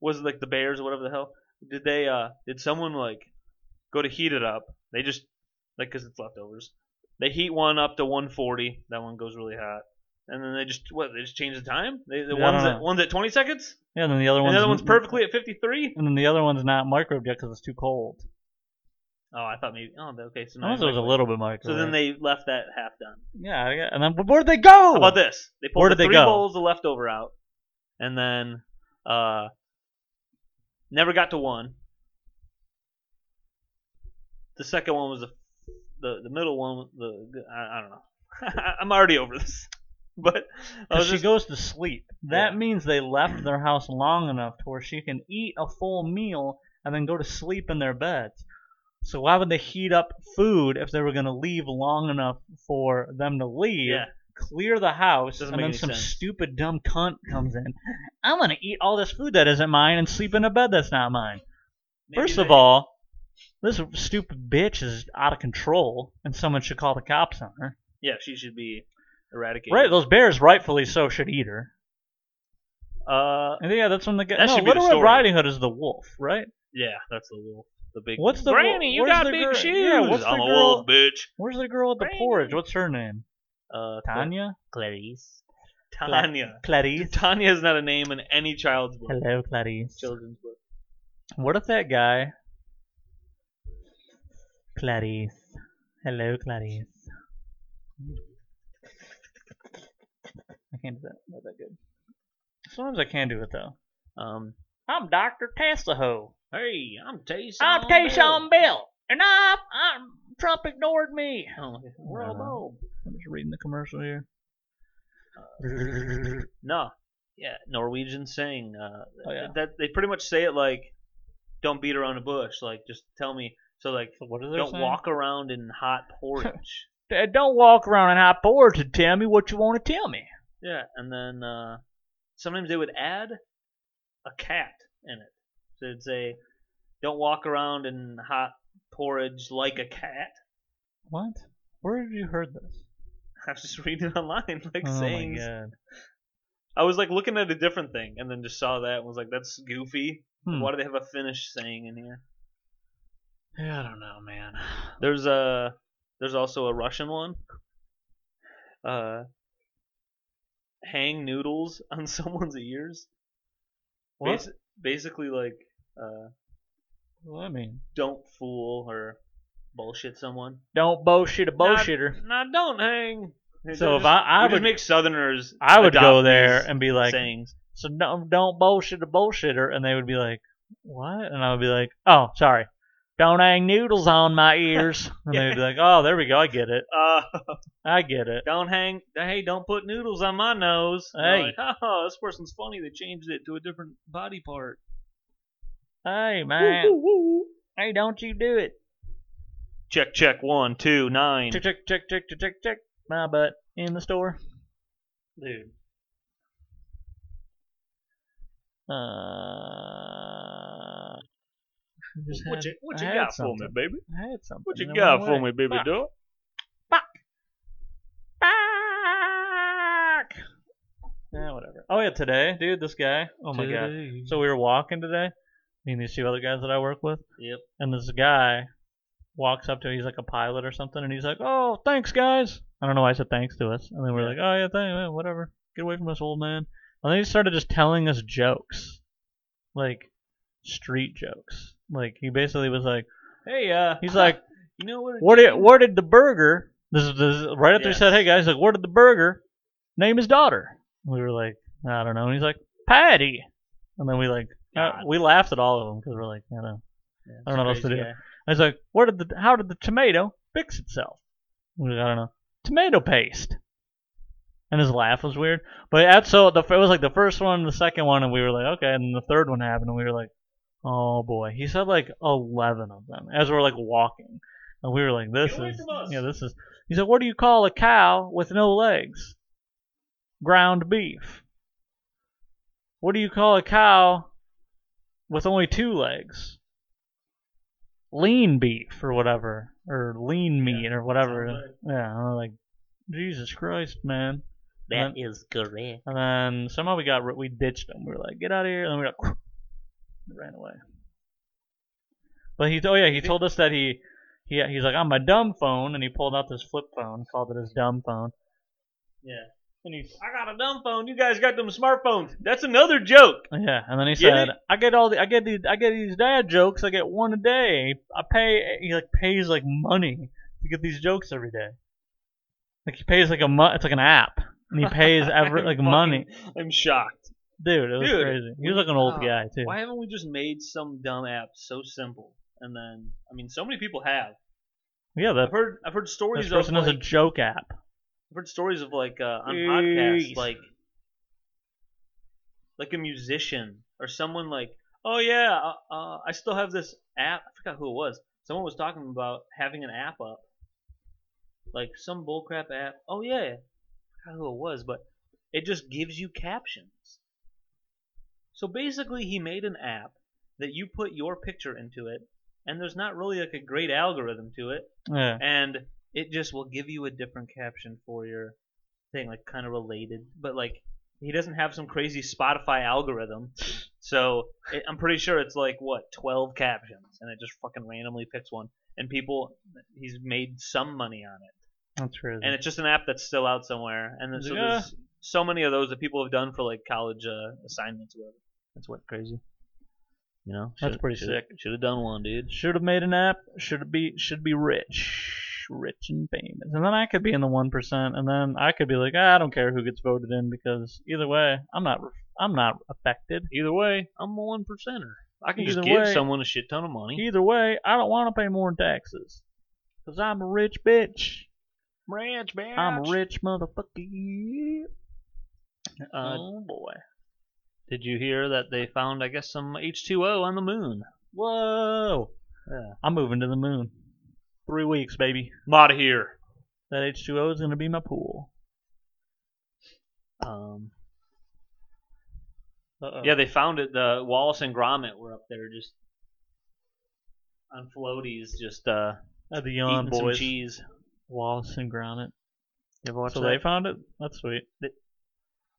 S2: was like the bears or whatever the hell? Did they uh? Did someone like go to heat it up? They just like 'cause it's leftovers. They heat one up to 140. That one goes really hot. And then they just what? They just change the time. They, the
S1: Yeah, I
S2: ones
S1: don't
S2: that
S1: know.
S2: ones at 20 seconds.
S1: Yeah, and then the other
S2: And
S1: one's
S2: the other one's perfectly at 53.
S1: And then the other one's not microbed yet because it's too cold.
S2: Oh, I thought maybe. Oh, okay. So now
S1: Unless it was a
S2: microwave.
S1: little bit microbed.
S2: So then they left that half done.
S1: Yeah, I gue- and then but where'd they go?
S2: How about this? They pulled
S1: Where
S2: the
S1: did they
S2: three
S1: go?
S2: bowls of leftover out, and then uh, never got to one. The second one was the the, the middle one. The I, I don't know. <laughs> I'm already over this, <laughs> but I
S1: 'Cause
S2: was
S1: she
S2: just,
S1: goes to sleep. That
S2: Yeah.
S1: means they left their house long enough to where she can eat a full meal and then go to sleep in their beds. So why would they heat up food if they were going to leave long enough for them to leave,
S2: yeah.
S1: clear the house,
S2: Doesn't
S1: and
S2: make
S1: then
S2: any
S1: some
S2: sense.
S1: stupid dumb cunt comes in? I'm going to eat all this food that isn't mine and sleep in a bed that's not mine.
S2: Maybe
S1: First
S2: they-
S1: of all, this stupid bitch is out of control, and someone should call the cops on her.
S2: yeah, she should be eradicated.
S1: Right? Those bears, rightfully so, should eat her.
S2: uh,
S1: And yeah, that's when the guy.
S2: That
S1: no,
S2: should be
S1: Little
S2: the
S1: Red
S2: story.
S1: Riding Hood is the wolf, right?
S2: yeah, that's the wolf. The big
S1: What's the
S2: granny?
S1: wo-
S2: You
S1: where's
S2: got
S1: the
S2: big
S1: girl-
S2: shoes.
S1: yeah, what's the
S2: I'm a
S1: girl-
S2: wolf, bitch.
S1: Where's the girl with the
S2: Right.
S1: porridge? What's her name?
S2: Uh,
S1: Tanya?
S2: Clarice. Tanya.
S1: Clarice.
S2: Tanya is not a name in any child's book.
S1: Hello, Clarice.
S2: Children's book.
S1: What if that guy. Clarice. Hello, Clarice. I can't do that. Not that good. Sometimes I can do it, though.
S2: Um,
S1: I'm Dr. Tessaho.
S2: hey, I'm Taysom.
S1: I'm Tayshawn Bill. And I, I, Trump ignored me.
S2: Oh, okay.
S1: We're all
S2: old.
S1: I'm just reading the commercial here.
S2: No, yeah, Norwegian sing. Uh,
S1: Oh, yeah.
S2: that they pretty much say it like, "Don't beat around the bush." Like, just tell me. So like,
S1: So what is
S2: don't walk around in hot porridge.
S1: eh, Don't walk around in high porridge and tell me what you want to tell me.
S2: yeah, and then uh, sometimes they would add a cat in it. So they'd say, "Don't walk around in hot porridge like a cat."
S1: What? Where have you heard this?
S2: I was <laughs> just reading it online, like
S1: oh
S2: sayings.
S1: my god.
S2: I was like looking at a different thing, and then just saw that and was like, "That's goofy.
S1: Hmm.
S2: Why do they have a Finnish saying in here?"
S1: Yeah, I don't know, man. <sighs>
S2: There's a there's also a Russian one. Uh, hang noodles <laughs> on someone's ears.
S1: What?
S2: Basi- basically, like, uh,
S1: What do I mean?
S2: don't fool or bullshit someone.
S1: Don't bullshit a bullshitter.
S2: Nah, don't hang.
S1: So if I, I
S2: I would
S1: would,
S2: make Southerners,
S1: I would go
S2: adopt
S1: there
S2: these
S1: and be like,
S2: sayings.
S1: so don't, don't bullshit a bullshitter, and they would be like, what? And I would be like, oh, sorry. don't hang noodles on <laughs> my ears. And they'd be like, oh, there we go. I get it.
S2: Uh,
S1: I get it.
S2: don't hang. Hey, don't put noodles on my nose.
S1: Hey.
S2: Like, oh, this person's funny. They changed it to a different body part.
S1: Hey,
S2: Woo,
S1: man.
S2: woo, woo.
S1: Hey, don't you do it.
S2: Check, check. One, two, nine.
S1: Check, check, check, check, check, check, check. My butt in the store.
S2: Dude,
S1: Uh, just
S2: what
S1: had-
S2: you, what
S1: I
S2: you
S1: had
S2: got for me,
S1: something.
S2: baby?
S1: I had something.
S2: What you
S1: and it
S2: got
S1: went
S2: for me,
S1: away.
S2: baby
S1: Fuck.
S2: doll?
S1: Fuck. Yeah, whatever. Oh yeah, today, dude, this guy. Oh my god. So we were walking today, me and these two other guys that I work with.
S2: Yep.
S1: And this guy walks up to he's like a pilot or something, and he's like, "Oh, thanks, guys." I don't know why I said thanks to us, and then we're like, "Oh yeah, thank yeah, whatever. Get away from us, old man." And then he started just telling us jokes, like street jokes. Like he basically was like,
S2: Hey, uh,
S1: he's like,
S2: you know what?
S1: "Where did where did the burger?" This is, this is right after
S2: Yes.
S1: he said, "Hey guys," he's like, "Where did the burger?" Name his daughter. And we were like, I don't know. And he's like, Patty. And then we like, uh,
S2: God.
S1: we laughed at all of them because we're like, I don't know. I don't know what else to
S2: Crazy
S1: do.
S2: guy.
S1: I was like, "Where did the how did the tomato fix itself?" I was like, I don't know. Tomato paste. And his laugh was weird. But that's so the it was like the first one, the second one, and we were like, okay. And then the third one happened, and we were like, oh boy. He said like eleven of them as we're like walking, and we were like, this
S2: Get away
S1: is
S2: from us.
S1: yeah, this is. He said, "What do you call a cow with no legs?" Ground beef. What do you call a cow with only two legs? Lean beef or whatever, or lean meat or whatever.
S2: sounds
S1: Yeah, and I'm like, Jesus Christ, man.
S3: That
S1: And
S3: is correct.
S1: then, and then somehow we got ri- we ditched him. We were like, get out of here, and then we got <sniffs> and ran away. But he, oh yeah, he told us that he, he, he's like on my dumb phone, and he pulled out this flip phone, called it his dumb phone,
S2: Yeah.
S1: and he's
S2: I got a dumb phone. You guys got them smartphones. That's another joke.
S1: yeah, and then he
S2: Get
S1: said,
S2: it?
S1: I get all the, I get these, I get these dad jokes, I get one a day. I pay, he like pays like money to get these jokes every day. Like he pays like a month, it's like an app, and
S2: <laughs>
S1: he pays every
S2: I'm
S1: like
S2: fucking-
S1: money,
S2: I'm shocked.
S1: dude. It was
S2: Dude,
S1: crazy. He was like an old
S2: uh,
S1: guy too.
S2: Why haven't we just made some dumb app so simple? And then, I mean, so many people have.
S1: Yeah,
S2: I've
S1: that
S2: heard, I've heard stories
S1: this
S2: of
S1: person
S2: like,
S1: has a joke app.
S2: I've heard stories of like uh, on
S1: Jeez.
S2: podcasts, like like a musician or someone like, oh yeah, uh, uh, I still have this app. I forgot who it was. Someone was talking about having an app up, like some bullcrap app. Oh yeah, I forgot who it was, but it just gives you captions. So basically, he made an app that you put your picture into it, and there's not really like a great algorithm to it
S1: Yeah,
S2: and it just will give you a different caption for your thing, like kind of related, but like he doesn't have some crazy Spotify algorithm, so it, I'm pretty sure it's like what 12 captions, and it just fucking randomly picks one. And people, he's made some money on it,
S1: that's crazy.
S2: and it's just an app that's still out somewhere. And then, so
S1: Yeah.
S2: there's so many of those that people have done for like college uh, assignments, or whatever. That's what crazy. You know,
S1: That's pretty
S2: Should have done one, dude.
S1: should have made an app. Should be should be rich, rich and famous, and then I could be in the one percent, and then I could be like, ah, I don't care who gets voted in because either way, I'm not I'm not affected.
S2: Either way, I'm a one percenter. I can just
S1: Either
S2: give
S1: way-
S2: someone a shit ton of money.
S1: Either way, I don't want to pay more in taxes because I'm a rich bitch.
S2: Ranch, man.
S1: I'm a rich motherfucker.
S2: Uh,
S1: oh boy.
S2: Did you hear that they found, I guess, some H2O on the moon?
S1: Whoa.
S2: Yeah.
S1: I'm moving to the moon. Three weeks, baby.
S2: I'm out of here.
S1: That H2O is gonna be my pool.
S2: Um,
S1: Uh-oh.
S2: Yeah, they found it. The Wallace and Gromit were up there just on floaties, just uh,
S1: At the
S2: eating
S1: Yawn
S2: some
S1: Boys.
S2: cheese.
S1: Wallace and Gromit.
S2: You ever watch
S1: So
S2: that?
S1: they found it? That's sweet.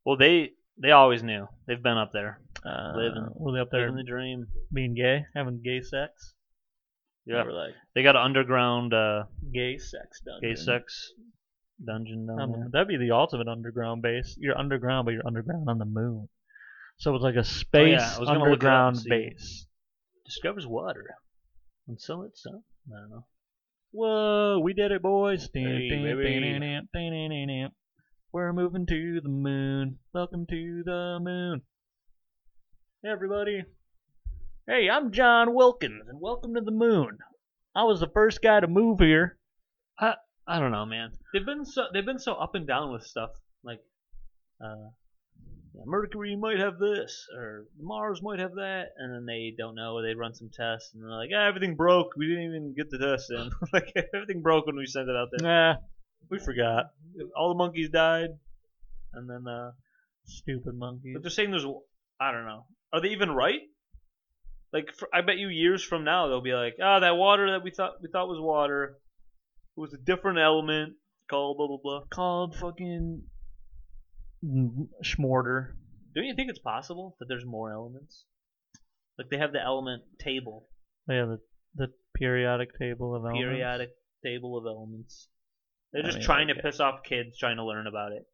S2: well, they they always knew. They've been up there,
S1: Uh,
S2: Living-
S1: were they up there
S2: living the dream.
S1: being gay? Having gay sex?
S2: Yeah,
S1: They were like,
S2: they got an underground uh,
S1: gay sex dungeon.
S2: gay sex Um, dungeon down
S1: On the-
S2: there.
S1: Um, that'd be the ultimate underground base. You're underground, but you're underground on the moon. So it's like a
S2: Oh, yeah,
S1: space
S2: I was gonna look it up and
S1: underground
S2: see.
S1: base.
S2: Discovers water, and so it's some. I don't know. <laughs>
S1: Whoa, we did it, boys. Dun,
S2: Hey,
S1: dun, dun,
S2: baby.
S1: dun, dun, dun, dun, dun, dun. We're moving to the moon. Welcome to the moon. Hey, everybody. Hey, I'm John Wilkins, and welcome to the moon. I was the first guy to move here. I I don't know, man.
S2: They've been so they've been so up and down with stuff like uh, yeah, Mercury might have this or Mars might have that, and then they don't know. They run some tests and they're like, ah, everything broke. We didn't even get the test in. like everything broke when we sent it out there.
S1: Nah,
S2: We forgot. All the monkeys died, and then uh,
S1: stupid monkey.
S2: but they're saying there's I don't know. Are they even right? Like for, I bet you years from now they'll be like, ah, that water that we thought we thought was water, it was a different element called blah blah blah.
S1: Called fucking Schmorter.
S2: Don't you think it's possible that there's more elements? Like they have the element table,
S1: Yeah, the the periodic table of elements.
S2: periodic table of elements. They're
S1: I
S2: just
S1: mean,
S2: trying
S1: okay.
S2: to piss off kids trying to learn about it.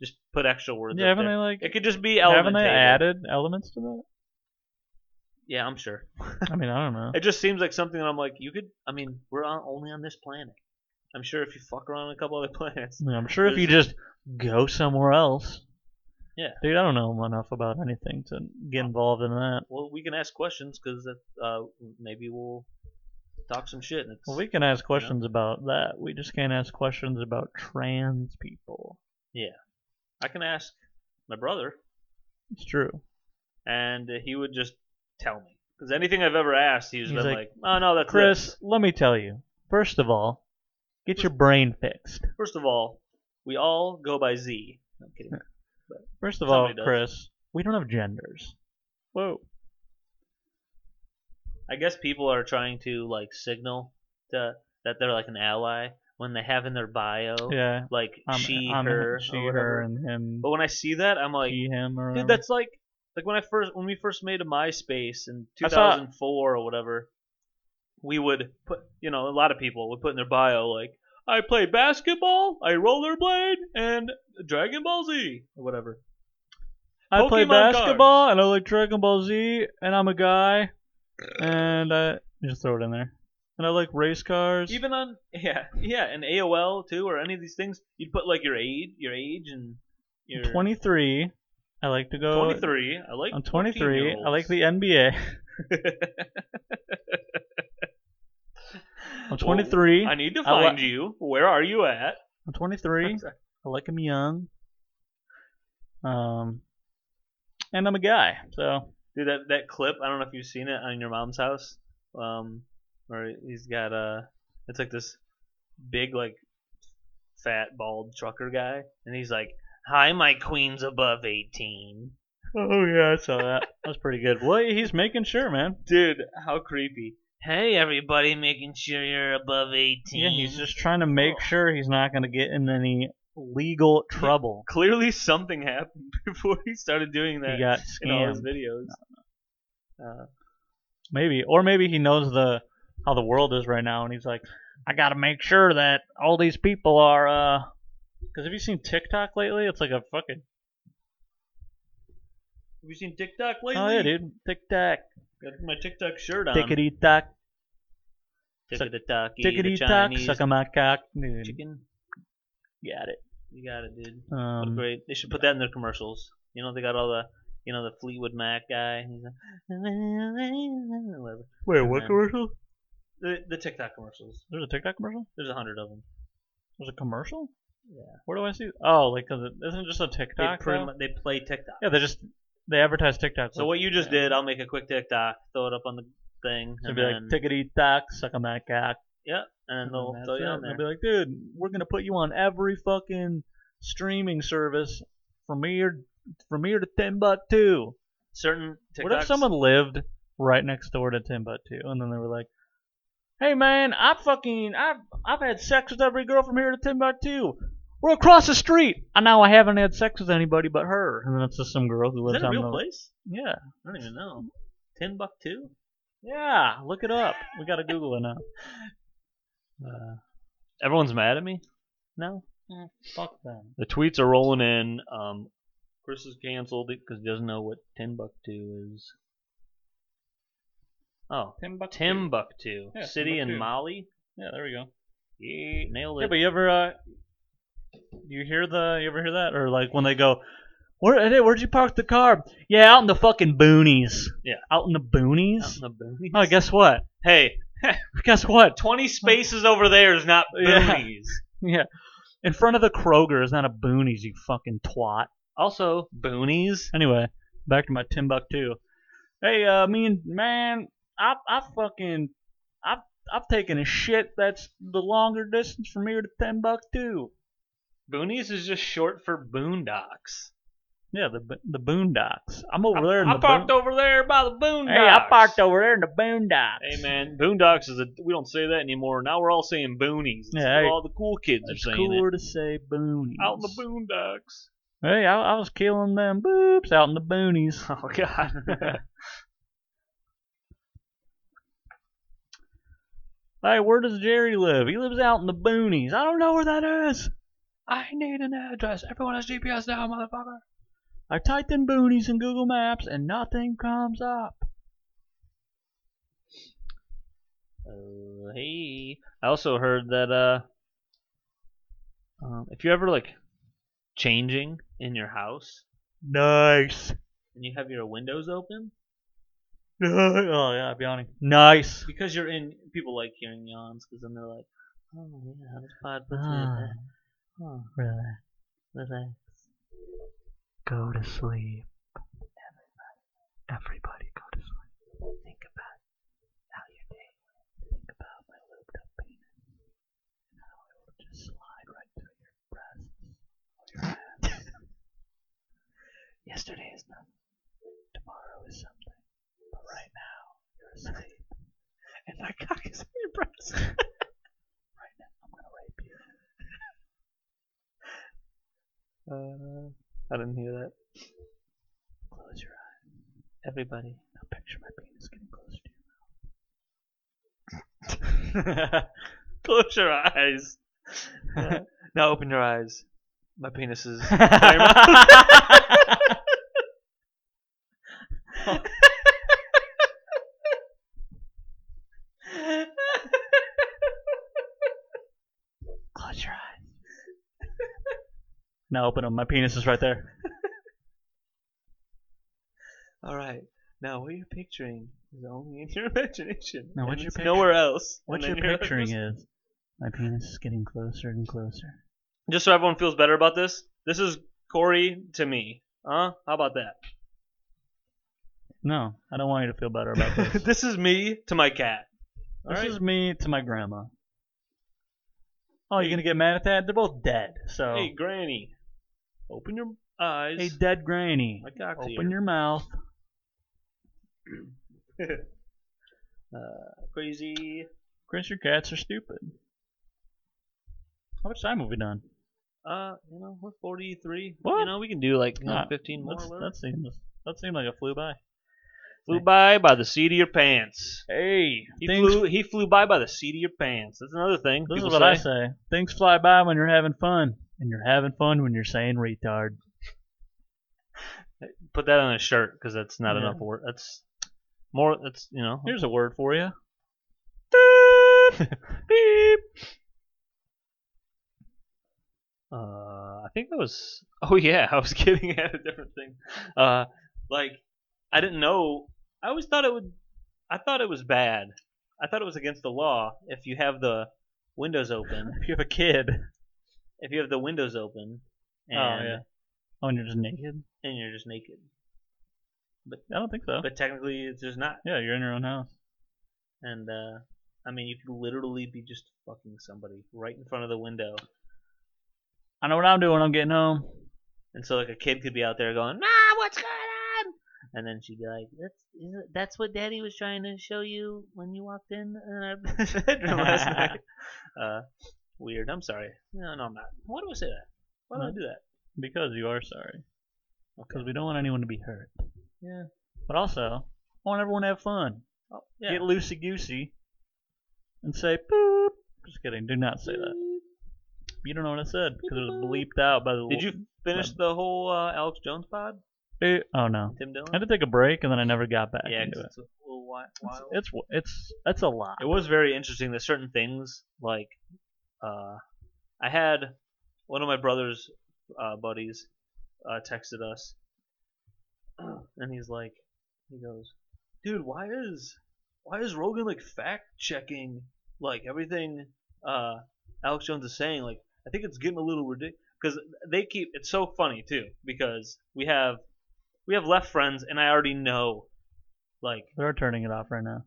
S2: Just put extra words.
S1: Yeah,
S2: up
S1: haven't
S2: there.
S1: they like
S2: It could just be element
S1: haven't they
S2: table.
S1: added elements to that?
S2: Yeah, I'm sure.
S1: I mean, I don't know.
S2: <laughs> It just seems like something that I'm like, you could. I mean, we're on, only on this planet. I'm sure if you fuck around on a couple other <laughs> planets,
S1: I mean, I'm sure if you just go somewhere else.
S2: Yeah.
S1: Dude, I don't know enough about anything to get involved in that.
S2: well, we can ask questions because uh, maybe we'll talk some shit. And it's,
S1: Well, we can ask questions about that. We just can't ask questions about trans people.
S2: I can ask my brother.
S1: It's true.
S2: and he would just tell me. Because anything I've ever asked, he's
S1: He's
S2: been
S1: like,
S2: like, "Oh no, that's
S1: Chris,
S2: this."
S1: let me tell you. First of all, get your brain fixed.
S2: First of all, we all go by Z. I'm kidding.
S1: First of all,
S2: Somebody does.
S1: Chris, we don't have genders. Whoa.
S2: I guess people are trying to like signal to, that they're like an ally when they have in their bio
S1: Yeah.
S2: like
S1: I'm-
S2: she,
S1: I'm-
S2: her,
S1: she,
S2: or whatever.
S1: her, and him,
S2: But when I see that, I'm like,
S1: he, him, or
S2: dude,
S1: whatever.
S2: that's like like when I first when we first made a MySpace in
S1: I saw-
S2: 2004 or whatever. We would put, you know, a lot of people would put in their bio like, "I play basketball, I rollerblade, and Dragon Ball Z or whatever."
S1: I play
S2: Pokemon cards.
S1: basketball and I like Dragon Ball Z and I'm a guy and I just throw it in there. And I like race cars.
S2: Even on <laughs> yeah yeah, and AOL too or any of these things, you'd put like your age, your age and your
S1: I'm 23. I like to go.
S2: 23. I like
S1: uh, I'm 23. I like
S2: 14-year-olds.
S1: the NBA. <laughs> I'm 23.
S2: I need to
S1: I li-
S2: find you. Where are you at?
S1: I'm 23. I like him young. Um, and I'm a guy, so
S2: Dude, that that clip. I don't know if you've seen it on your mom's house. Um, where he's got uh It's like this big, like, fat, bald trucker guy, and he's like, "Hi, my queen's above 18."
S1: oh yeah, I saw that. <laughs> That's pretty good. Well, he's making sure, man.
S2: Dude, how creepy.
S1: Hey,
S2: everybody, making sure you're above 18.
S1: Yeah, he's just trying to make sure he's not going to get in any legal trouble.
S2: clearly something happened <laughs> before he started doing that
S1: He got
S2: in all his
S1: scammed,
S2: videos. Uh,
S1: maybe, or maybe he knows the how the world is right now, and he's like, I got to make sure that all these people are. uh 'cause have you seen TikTok lately? It's like a fucking
S2: have you seen TikTok lately?
S1: oh yeah, dude, TikTok,
S2: Got my TikTok
S1: Um,
S2: shirt on.
S1: tickety tock,
S2: Tickety tock,
S1: tickety tock, suck on my cock, dude.
S2: chicken.
S1: Got it.
S2: You got it, dude. What a
S1: Um,
S2: great. They should put that in their commercials. You know, they got all the, you know, the Fleetwood Mac guy. He's like, <laughs> whatever.
S1: wait,
S2: what
S1: commercial?
S2: The, the TikTok commercials.
S1: There's a TikTok commercial.
S2: There's a hundred of them.
S1: There's a commercial.
S2: Yeah.
S1: Where do I see? Oh, like 'cause it isn't it just a TikTok.
S2: they pretty
S1: though?
S2: mu- they play TikTok.
S1: Yeah, they just they advertise TikTok.
S2: So what you just did, I'll make a quick TikTok, throw it up on the thing,
S1: So
S2: and
S1: be like
S2: then,
S1: tickety tock, suck on that cock.
S2: and then they'll
S1: that's
S2: throw you
S1: it.
S2: on
S1: They'll
S2: there.
S1: be like, dude, we're gonna put you on every fucking streaming service from here from here to Timbuktu.
S2: Certain TikToks.
S1: What if someone lived right next door to Timbuktu and then they were like, Hey man, I fucking I've I've had sex with every girl from here to Timbuktu. We're across the street. I know I haven't had sex with anybody but her. And then it's just some girl who
S2: Is
S1: lives
S2: that a
S1: on
S2: real
S1: the
S2: place?
S1: Yeah.
S2: I don't even know. Timbuktu.
S1: Yeah, look it up. We gotta Google it now.
S2: Uh, everyone's mad at me.
S1: No? Mm, Fuck them.
S2: The tweets are rolling in. Um, Chris is canceled because he doesn't know what Timbuktu is. Oh,
S1: Timbuktu.
S2: Timbuktu,
S1: Yeah,
S2: city in
S1: Timbuktu.
S2: Mali.
S1: Yeah, there we go.
S2: Yeah, nailed
S1: Yeah,
S2: it.
S1: but you ever uh, you hear the you ever hear that or like when they go Where hey, where'd you park the car? Yeah, out in the fucking boonies.
S2: Yeah.
S1: Out in the
S2: Out
S1: boonies?
S2: in the boonies.
S1: oh, guess what?
S2: Hey,
S1: Guess what?
S2: 20 spaces over there is not
S1: <laughs> Yeah.
S2: boonies.
S1: Yeah. In front of the Kroger is not a boonies, you fucking twat.
S2: Also, boonies.
S1: Anyway, back to my Timbuktu. Hey, uh, me and man, I I fucking I I've taken a shit that's the longer distance from here to Timbuktu.
S2: Boonies is just short for boondocks.
S1: Yeah, the bo- the boondocks. I'm over there in
S2: I, I
S1: the
S2: parked
S1: boon-
S2: over there by the boondocks.
S1: Hey, I parked over there in the boondocks.
S2: Hey man, boondocks is a we don't say that anymore. Now we're all saying boonies. That's
S1: Yeah,
S2: what
S1: hey,
S2: all the cool kids
S1: It's
S2: are saying
S1: cooler to say boonies.
S2: it. Out in the boondocks.
S1: Hey, I, I was killing them boobs out in the boonies.
S2: <laughs> Oh <laughs> god.
S1: Hey, where does Jerry live? He lives out in the boonies. I don't know where that is.
S2: I need an address. Everyone has GPS now, motherfucker.
S1: I typed in boonies in Google Maps and nothing comes up.
S2: Uh, hey. I also heard that uh, um, if you're ever like changing in your house
S1: Nice. <laughs>
S2: and you have your windows open
S1: Oh yeah, I'm yawning. Nice.
S2: because you're in, people like hearing yawns because then they're like, oh yeah, this pod puts me
S1: Ah,
S2: at oh,
S1: relax.
S2: was I-
S1: Go to sleep. Everybody, everybody, go to sleep. Think about how your day went. Think about my lubed up penis. And how it will just slide right through your breasts <laughs> or your ass. Yesterday is nothing. Tomorrow is something. But right now, you're asleep. And my cock is in your breasts. right now, I'm gonna rape you.
S2: Uh, I didn't hear that.
S1: Close your eyes.
S2: Everybody.
S1: Now picture my penis getting close to you.
S2: Close your eyes. now open your eyes. My penis is.
S1: Close your eyes. <laughs> now open them. My penis is right there.
S2: All right. Now what you're picturing is only in your <laughs> imagination.
S1: Now, what
S2: and
S1: you're
S2: it's
S1: picturing-
S2: nowhere else.
S1: What
S2: And then
S1: you're picturing
S2: like,
S1: is my penis is getting closer and closer.
S2: Just so everyone feels better about this, this is Corey to me. Huh? How about that?
S1: No, I don't want you to feel
S2: <laughs>
S1: better about this. this
S2: this is me to my cat. All right.
S1: is me to my grandma. Oh, you're gonna get mad at that? They're both dead. So
S2: Hey, Granny. Open your eyes.
S1: Hey, dead granny,
S2: my cock's
S1: open
S2: here.
S1: your mouth.
S2: uh, crazy.
S1: Chris, your cats are stupid. How much time have we done?
S2: Uh, you know, we're 43.
S1: What?
S2: You know, we can do like you know,
S1: Ah,
S2: 15 more.
S1: That's,
S2: whatever.
S1: that seems that seemed like it flew by.
S2: Flew by by the seat of your pants.
S1: Hey,
S2: He
S1: things,
S2: flew. He flew by by the seat of your pants. That's another thing.
S1: this is
S2: people
S1: what I
S2: say.
S1: say. Things fly by when you're having fun, and you're having fun when you're saying retard.
S2: Put that on a shirt because that's not
S1: Yeah. Hmm.
S2: enough work. That's more. That's you know.
S1: Here's a word
S2: <laughs>
S1: for you.
S2: Beep. Uh, I think that was. <laughs> Oh yeah, I was getting at a different thing. Uh, like I didn't know. I always thought it would. I thought it was bad. I thought it was against the law if you have the windows open.
S1: If you have a kid,
S2: If you have the windows open. And,
S1: yeah. oh, and you're just naked.
S2: And you're just naked.
S1: I don't think so.
S2: But technically, it's just not.
S1: yeah, you're in your own house.
S2: And uh, I mean, you could literally be just fucking somebody right in front of the window.
S1: I know what I'm doing. I'm getting home.
S2: And so like a kid could be out there going, "Ma, what's going on?" And then she'd be like, "That's is it- that's what Daddy was trying to show you when you walked in in <laughs> our bedroom <laughs> last night." Uh, weird. I'm sorry. No, no, I'm not. Why do I say that? Why do I
S1: No.
S2: do that?
S1: Because you are sorry. Because we don't want anyone to be hurt.
S2: Yeah.
S1: But also, I want everyone to have fun.
S2: Oh, yeah.
S1: Get loosey goosey and say boop. Just kidding. Do not say that. You don't know what I said because it was bleeped out by the.
S2: Did you finish the whole uh, Alex Jones pod?
S1: Boop. Oh no.
S2: Tim
S1: I had
S2: Dillon.
S1: to take a break and then I never got back
S2: Yeah, 'cause
S1: into it.
S2: it's a little wi-
S1: It's,
S2: wild.
S1: it's it's it's a lot.
S2: it was very interesting that certain things like uh, i had one of my brother's uh, buddies uh, texted us, <clears throat> and he's like, he goes, "Dude, why is why is Rogan like fact checking like everything uh, Alex Jones is saying? Like, I think it's getting a little ridiculous because they keep it's so funny too because we have we have left friends, and I already know, like,
S1: They're turning it off right now.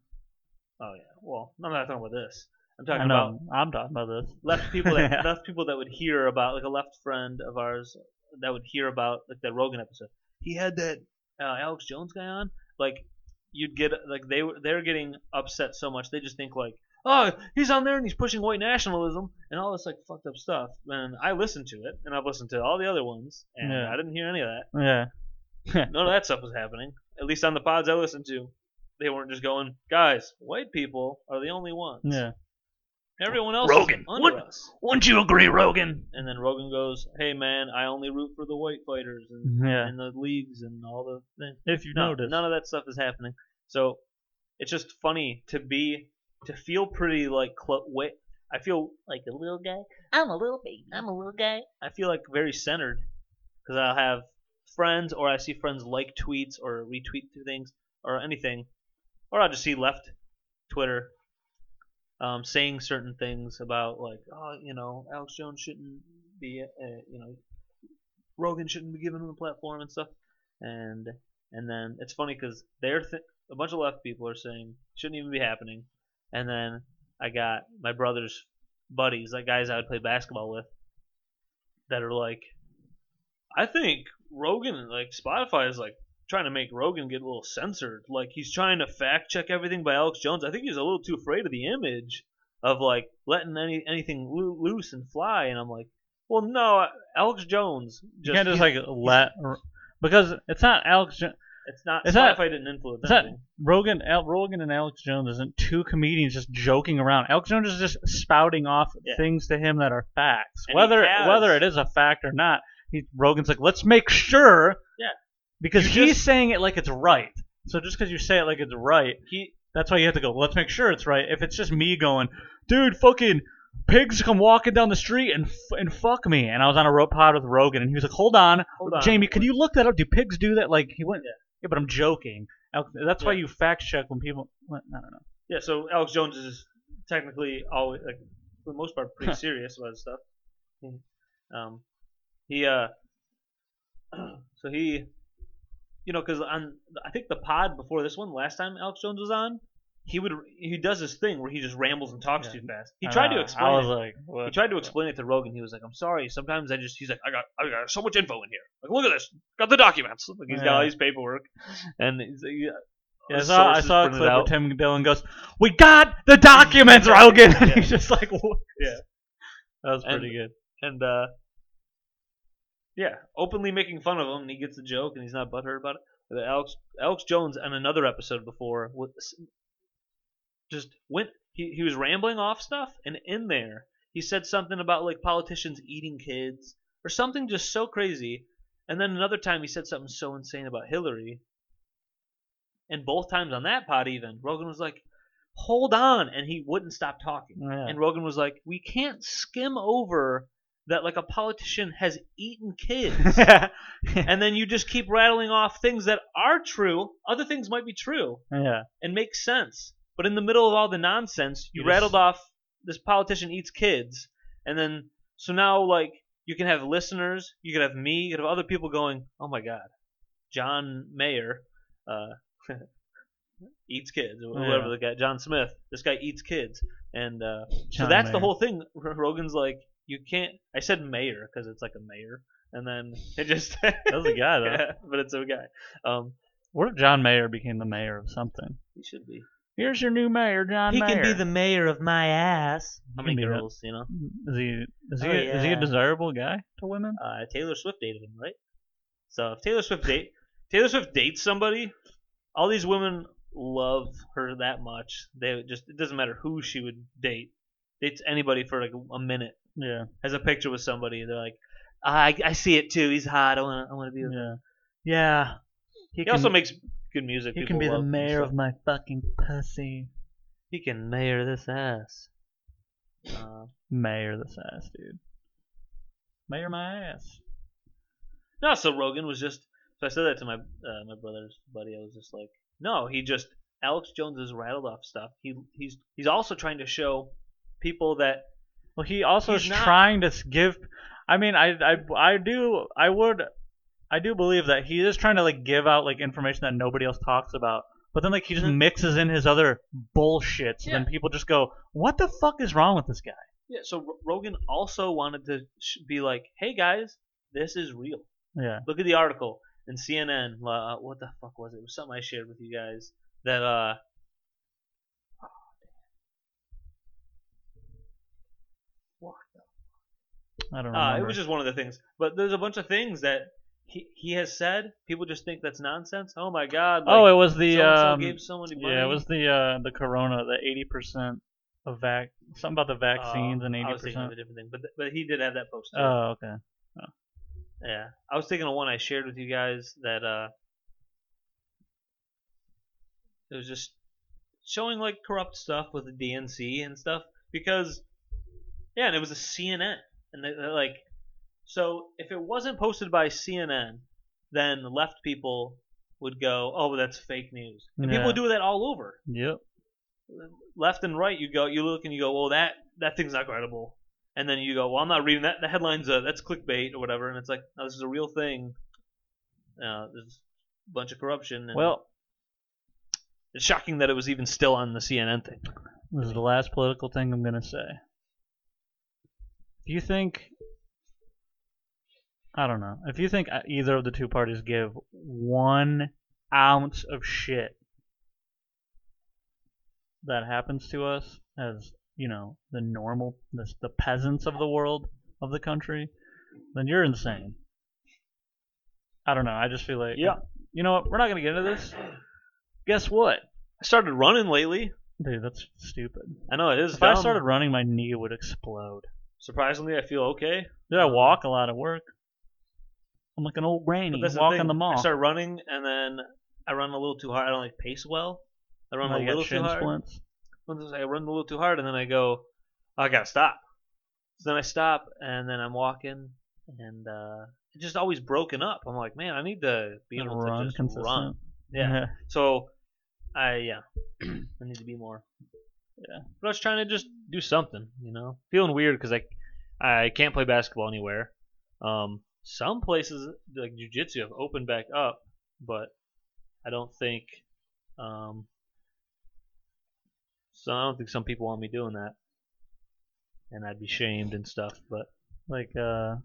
S2: oh yeah, well, I'm not talking about this. I'm
S1: I
S2: talking about
S1: know. I'm talking about this.
S2: left people that
S1: <laughs> Yeah.
S2: left people that would hear about like a left friend of ours that would hear about like that Rogan episode. He had that uh, Alex Jones guy on. Like you'd get like they were they're getting upset so much they just think like oh he's on there and he's pushing white nationalism and all this like fucked up stuff. And I listened to it and I've listened to all the other ones and
S1: Yeah.
S2: I didn't hear any of that.
S1: Yeah.
S2: None of that stuff was happening. At least on the pods I listened to, they weren't just going guys. White people are the only ones.
S1: Yeah.
S2: Everyone else
S1: Rogan,
S2: is under
S1: what-
S2: us.
S1: Wouldn't you agree, Rogan?
S2: And then Rogan goes, "Hey man, I only root for the white fighters and,
S1: Yeah.
S2: and the leagues and all the things."
S1: If you
S2: No,
S1: notice.
S2: none of that stuff is happening. So it's just funny to be to feel pretty like clo- wait. I feel like a little guy. I'm a little baby. I'm a little guy. I feel like very centered because I'll have friends or I see friends like tweets or retweet to things or anything, or I'll just see left Twitter um, saying certain things about like, oh, you know, Alex Jones shouldn't be, uh, you know, Rogan shouldn't be giving him the platform and stuff. And and then it's funny because they're th- a bunch of left people are saying shouldn't even be happening. And then I got my brother's buddies, like guys I would play basketball with, that are like, I think Rogan, like Spotify is like trying to make Rogan get a little censored. Like he's trying to fact check everything by Alex Jones. I think he's a little too afraid of the image of like letting any anything loo- loose and fly. And I'm like, well, no, Alex Jones. Just,
S1: you can't just like let because it's not Alex jo-
S2: it's not
S1: it's
S2: Spotify
S1: not-
S2: didn't influence.
S1: it's not
S2: anything.
S1: Rogan Al, Rogan and Alex Jones isn't two comedians just joking around. Alex Jones is just spouting off
S2: Yeah.
S1: things to him that are facts,
S2: And he
S1: whether
S2: has-
S1: whether it is a fact or not. He, Rogan's like, let's make sure.
S2: Yeah.
S1: Because
S2: You
S1: he's saying it like it's right. So just because you say it like it's right,
S2: He
S1: That's why you have to go, let's make sure it's right. If it's just me going, dude, fucking pigs come walking down the street and f- and fuck me. And I was on a rope pod with Rogan, and he was like, hold on,
S2: Hold on.
S1: Jamie, can you look that up? Do pigs do that? Like, he went, yeah, but I'm joking. Al- That's why
S2: Yeah.
S1: you fact check when people, what? I don't know.
S2: Yeah, so Alex Jones is technically always, like, for the most part, pretty serious about his stuff.
S1: Hmm.
S2: Um, he, uh, <clears throat> so he, you know, because on I think the pod before this one, last time Alex Jones was on, he would he does this thing where he just rambles and talks
S1: Yeah.
S2: too fast. He tried
S1: Uh,
S2: to explain.
S1: I was
S2: it.
S1: like,
S2: he
S1: what?
S2: tried to explain it to Rogan. He was like, "I'm sorry. Sometimes I just." He's like, "I got, I got so much info in here. Like, look at this. Got the documents. <laughs> Like, he's got all
S1: Yeah.
S2: these paperwork, and he's like, yeah,
S1: Yeah, I
S2: his
S1: saw, I
S2: sources
S1: saw a
S2: printed
S1: clip where
S2: out.
S1: Tim Dillon goes, we got
S2: <laughs>
S1: the documents, Rogan. <laughs> And he's just like, what?
S2: Yeah.
S1: That was
S2: And-
S1: pretty good.
S2: and uh, yeah, openly making fun of him, and he gets the joke, and he's not butthurt about it. But Alex Alex Jones on another episode before was just went. He he was rambling off stuff, and in there he said something about like politicians eating kids or something just so crazy. And then another time he said something so insane about Hillary. And both times on that pod, even Rogan was like, "Hold on," and he wouldn't stop talking.
S1: Yeah.
S2: And Rogan was like, "We can't skim over that like a politician has eaten kids."
S1: <laughs>
S2: and then you just keep rattling off things that are true, other things might be true
S1: yeah.
S2: and make sense. But in the middle of all the nonsense, you,
S1: You just-
S2: rattled off this politician eats kids and then so now like you can have listeners, you could have me, you could have other people going, "Oh my god. John Mayer uh <laughs> eats kids or whatever the
S1: Yeah.
S2: guy John Smith, this guy eats kids." And uh so
S1: John
S2: that's the
S1: Mayer.
S2: whole thing. <laughs> R- Rogan's like, you can't. I said mayor because it's like a mayor, and then it just <laughs>
S1: That was a guy, <laughs> though.
S2: yeah, but it's a guy. Um,
S1: What if John Mayer became the mayor of something?
S2: he should be.
S1: Here's your new mayor, John
S2: he
S1: Mayer.
S2: can be the mayor of my ass. How
S1: He
S2: many
S1: can be the-
S2: girls, you know?
S1: Is he is he
S2: Oh,
S1: is he
S2: yeah.
S1: a desirable guy to women?
S2: Uh, Taylor Swift dated him, right? So if Taylor Swift date Taylor Swift dates somebody, all these women love her that much. They would just it doesn't matter who she would date. Dates anybody for like a minute.
S1: Yeah,
S2: Has a picture with somebody. They're like, "Ah, I, I see it too. He's hot. I want to I want to be with
S1: yeah, yeah.
S2: He, also makes good music.
S1: he
S2: people
S1: can be the
S2: love and
S1: mayor
S2: stuff.
S1: of my fucking pussy.
S2: He can mayor this ass. Uh,
S1: Mayor this ass, dude. Mayor my ass.
S2: No, so Rogan was just. So I said that to my uh, my brother's buddy. I was just like, no, he just Alex Jones has rattled off stuff. He he's he's also trying to show people that
S1: Well, he also
S2: He's
S1: is
S2: not-
S1: trying to s- give. I mean, I, I, I do, I would, I do believe that he is trying to like give out like information that nobody else talks about. But then like he just
S2: Mhm.
S1: mixes in his other bullshit, so then
S2: Yeah.
S1: people just go, "What the fuck is wrong with this guy?"
S2: yeah. So R- Rogan also wanted to sh- be like, hey guys, this is real.
S1: Yeah.
S2: Look at the article in CNN. Uh, what the fuck was it? It was something I shared with you guys that uh.
S1: I don't
S2: Uh,
S1: remember.
S2: it was just one of the things. But there's a bunch of things that he, he has said. People just think that's nonsense. Oh my god! Like,
S1: oh, it was the
S2: so-and-so
S1: um,
S2: gave so many money.
S1: yeah, it was the uh, the corona, the eighty percent of vac, something about the vaccines
S2: Uh,
S1: and
S2: I
S1: eighty
S2: was thinking of
S1: percent.
S2: a different thing, but th- but he did have that post. too.
S1: Oh, okay.
S2: yeah, I was thinking of one I shared with you guys that uh, it was just showing like corrupt stuff with the DNC and stuff because yeah, and it was a CNN and they, they're like so if it wasn't posted by CNN, then left people would go, oh, that's fake news. And
S1: Yeah.
S2: people do that all over.
S1: Yep.
S2: left and right you go you look and you go well that that thing's not credible and then you go well i'm not reading that the headlines uh, that's clickbait or whatever and it's like no, this is a real thing uh, there's a bunch of corruption and
S1: Well,
S2: it's shocking that it was even still on the cnn thing
S1: This is the last political thing I'm gonna say. If you think, I don't know, if you think uh, either of the two parties give one ounce of shit that happens to us as you know the normal, the, the peasants of the world of the country, then you're insane. I don't know. I just feel like
S2: Yeah.
S1: You know what? We're not gonna get into this. Guess what,
S2: i started running lately
S1: dude? That's stupid.
S2: i know it is
S1: If I
S2: dumb.
S1: started running, my knee would explode.
S2: surprisingly i feel okay
S1: Dude, I walk a lot at work. I'm like an old granny.
S2: that's
S1: walk
S2: thing.
S1: on the mall.
S2: i start running and then i run a little too hard i don't like pace well i run
S1: Now
S2: a
S1: Oh, you got
S2: little too
S1: shin
S2: hard
S1: splints.
S2: sometimes I run a little too hard, and then I go, I gotta stop. So then I stop, and then I'm walking, and uh, it's just always broken up. I'm like, man, I need to be
S1: Just
S2: able to
S1: run
S2: just
S1: consistent.
S2: run. Yeah. So I yeah, <clears throat> I need to be more. Yeah. But I was trying to just do something, you know, feeling weird because I I can't play basketball anywhere. Um, some places like jujitsu have opened back up, but I don't think um. So I don't think some people want me doing that, and I'd be shamed and stuff. But
S1: Like uh,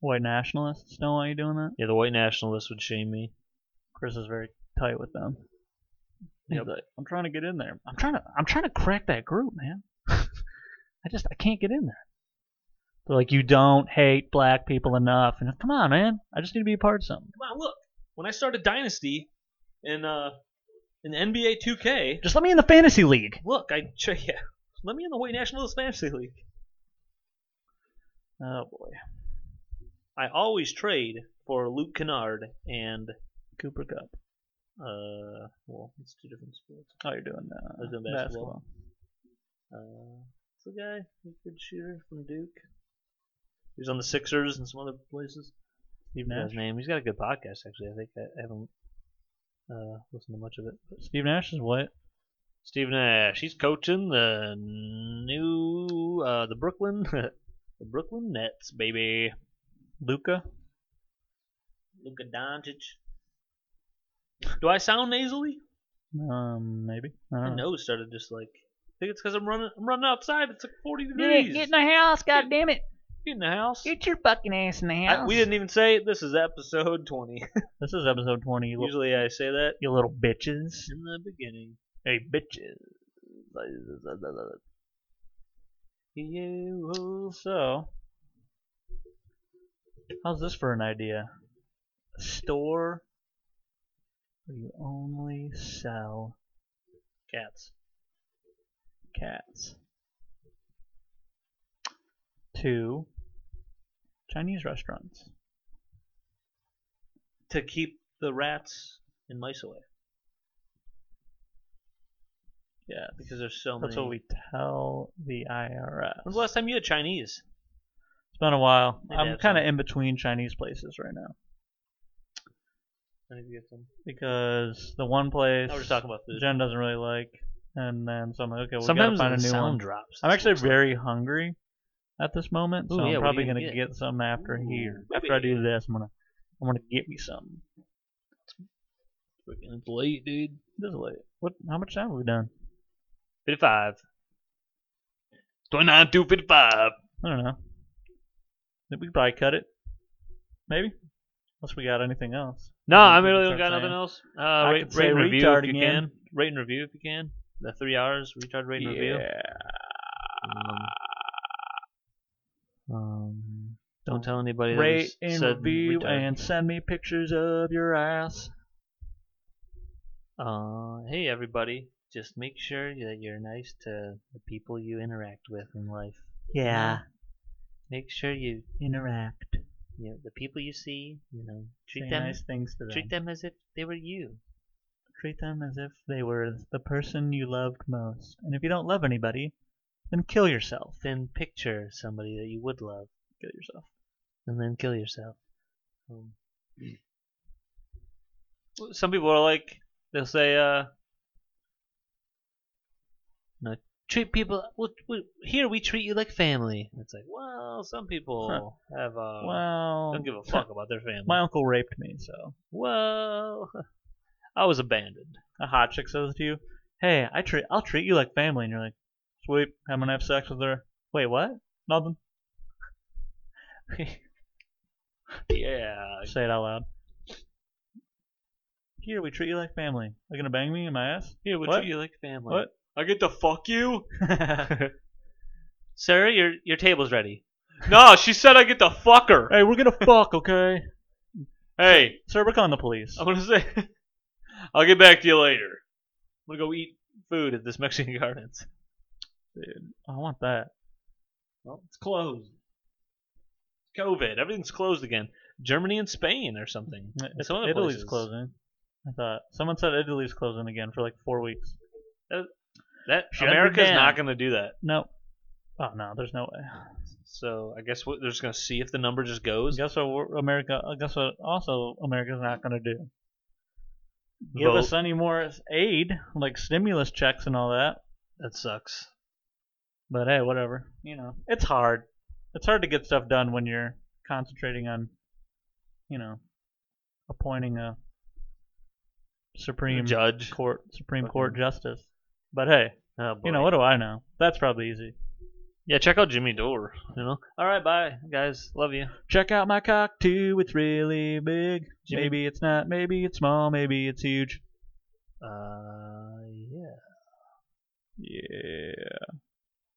S1: white nationalists don't want you doing that.
S2: yeah, the white nationalists would shame me.
S1: Chris is very tight with them. He's
S2: Yep.
S1: like, I'm trying to get in there. I'm trying to. I'm trying to crack that group, man. <laughs> I just I can't get in there. They're like, you don't hate black people enough. And come on, man. I just need to be a part of something.
S2: Come on, look. When I started Dynasty in uh in NBA 2K,
S1: Just let me in the fantasy league.
S2: look, I ch- <laughs> yeah, let me in the White Nationalist Fantasy League.
S1: Oh boy,
S2: I always trade for Luke Kennard and
S1: Cooper Cup.
S2: uh well, it's two different sports.
S1: Oh, you're doing uh,
S2: was doing
S1: basketball.
S2: basketball. Uh, it's the guy, he's a good shooter from Duke. He was on the Sixers and some other places.
S1: Steve
S2: Yeah,
S1: Nash.
S2: his name. He's got a good podcast actually. I think I, I haven't uh, listened to much of it. But
S1: Steve Nash is what?
S2: Steve Nash. He's coaching the new uh, the Brooklyn <laughs> the Brooklyn Nets, baby.
S1: Luca.
S2: Luka Doncic. Do I sound nasally?
S1: Um, maybe. I
S2: My
S1: don't know.
S2: nose started just like. I think it's because I'm running. I'm running outside. It's like 40
S4: Get,
S2: degrees.
S4: it, get in the house, goddammit.
S2: Get in the house.
S4: Get your fucking ass in the
S2: I-
S4: house.
S2: we didn't even say it. this is episode
S1: <laughs>
S2: 20.
S1: This is episode 20. You, little,
S2: Usually I say that
S1: you little bitches.
S2: in the beginning.
S1: Hey, bitches.
S2: You
S1: So, how's this for an idea? A store where you only sell
S2: cats.
S1: cats to Chinese restaurants.
S2: To keep the rats and mice away
S1: Yeah,
S2: because there's so
S1: that's
S2: many.
S1: what we tell the IRS.
S2: When's the last time you had Chinese?
S1: It's been a while.
S2: Maybe
S1: I'm
S2: have
S1: kind of
S2: some.
S1: in between Chinese places right now. I need to get some because the one place
S2: Now we're just talking about food.
S1: Jen doesn't really like, and then so I'm like, okay, we
S2: Sometimes the
S1: gotta find a new
S2: sound
S1: one.
S2: drops.
S1: I'm actually very hungry at this moment, so
S2: Ooh, yeah,
S1: I'm
S2: what are
S1: probably
S2: you gonna
S1: gonna
S2: get?
S1: get, some after
S2: Ooh,
S1: here.
S2: maybe.
S1: After I do this, I'm gonna I'm gonna get me some.
S2: Freaking- It's late, dude.
S1: This is late. What? How much time have we done?
S2: 55. 29 to 55.
S1: I don't know. We could probably cut it. Maybe. Unless we got anything else.
S2: No,
S1: Mm,
S2: I mean, really
S1: that's
S2: don't got
S1: what
S2: nothing
S1: I'm saying.
S2: else. Uh,
S1: I
S2: rate,
S1: could say
S2: rate and review
S1: retard
S2: if you
S1: again.
S2: can. Rate and review if you can. The three hours retard rate and review.
S1: Um, um,
S2: Don't tell anybody. that we
S1: rate
S2: s-
S1: and
S2: said
S1: review
S2: retard.
S1: and send me pictures of your ass.
S2: Uh, hey everybody, just make sure that you're nice to the people you interact with in life.
S1: Yeah,
S2: Make sure you,
S1: interact.
S2: you know, the people you see, you know, treat
S1: Say
S2: them
S1: nice things to them.
S2: treat them as if they were you.
S1: treat them as if they were the person you loved most. And if you don't love anybody, then kill yourself.
S2: Then picture somebody that you would love
S1: Kill yourself.
S2: and then kill yourself. Um, some people are like they'll say, uh, "No, treat people. Well, we, here we treat you like family." It's like, well, some people have uh,
S1: well,
S2: don't give
S1: <laughs>
S2: a fuck about their family.
S1: my uncle raped me, so
S2: well, <laughs> I was abandoned.
S1: a hot chick says to you, "Hey, I treat I'll treat you like family," and you're like, "Sweet, I'm gonna have sex with her." Wait, what? Nothing.
S2: yeah,
S1: Say it out loud. Here we treat you like family. Are you gonna bang me in my ass?
S2: here we
S1: What?
S2: treat you like family.
S1: What?
S2: I get to fuck
S1: <laughs>
S2: you, sir. Your your table's
S1: <laughs>
S2: ready. No, she said I get to fuck her.
S1: Hey, we're gonna fuck, okay?
S2: Hey,
S1: Sir, we're calling the police.
S2: I'm gonna say, <laughs> I'll get back to you later. I'm gonna go eat food at this Mexican <laughs> Gardens.
S1: Dude, I want that.
S2: Well, it's closed. COVID, everything's closed again. Germany and Spain or something. It's one of the
S1: Italy's
S2: places.
S1: closing. I thought someone said Italy's closing again for like four weeks.
S2: That
S1: Shut
S2: America's
S1: down.
S2: not gonna do that.
S1: Nope. Oh no, there's no way.
S2: So I guess what, they're just gonna see if the number just goes.
S1: Guess what? we're- America. uh, Guess what? Also, America's not going to do. Give
S2: Vote.
S1: us any more aid, like stimulus checks and all that.
S2: That sucks.
S1: But hey, whatever. You know, it's hard. It's hard to get stuff done when you're concentrating on, you know, appointing a supreme
S2: Judge.
S1: court, supreme
S2: Fucking-
S1: court justice. But hey,
S2: Oh, boy.
S1: you know what do I know? That's probably easy.
S2: Yeah, check out Jimmy Dore. You know. All right, bye guys. Love you.
S1: Check out my cock too. It's really big.
S2: Jimmy-
S1: Maybe it's not. Maybe it's small. Maybe it's huge.
S2: Uh, yeah.
S1: Yeah.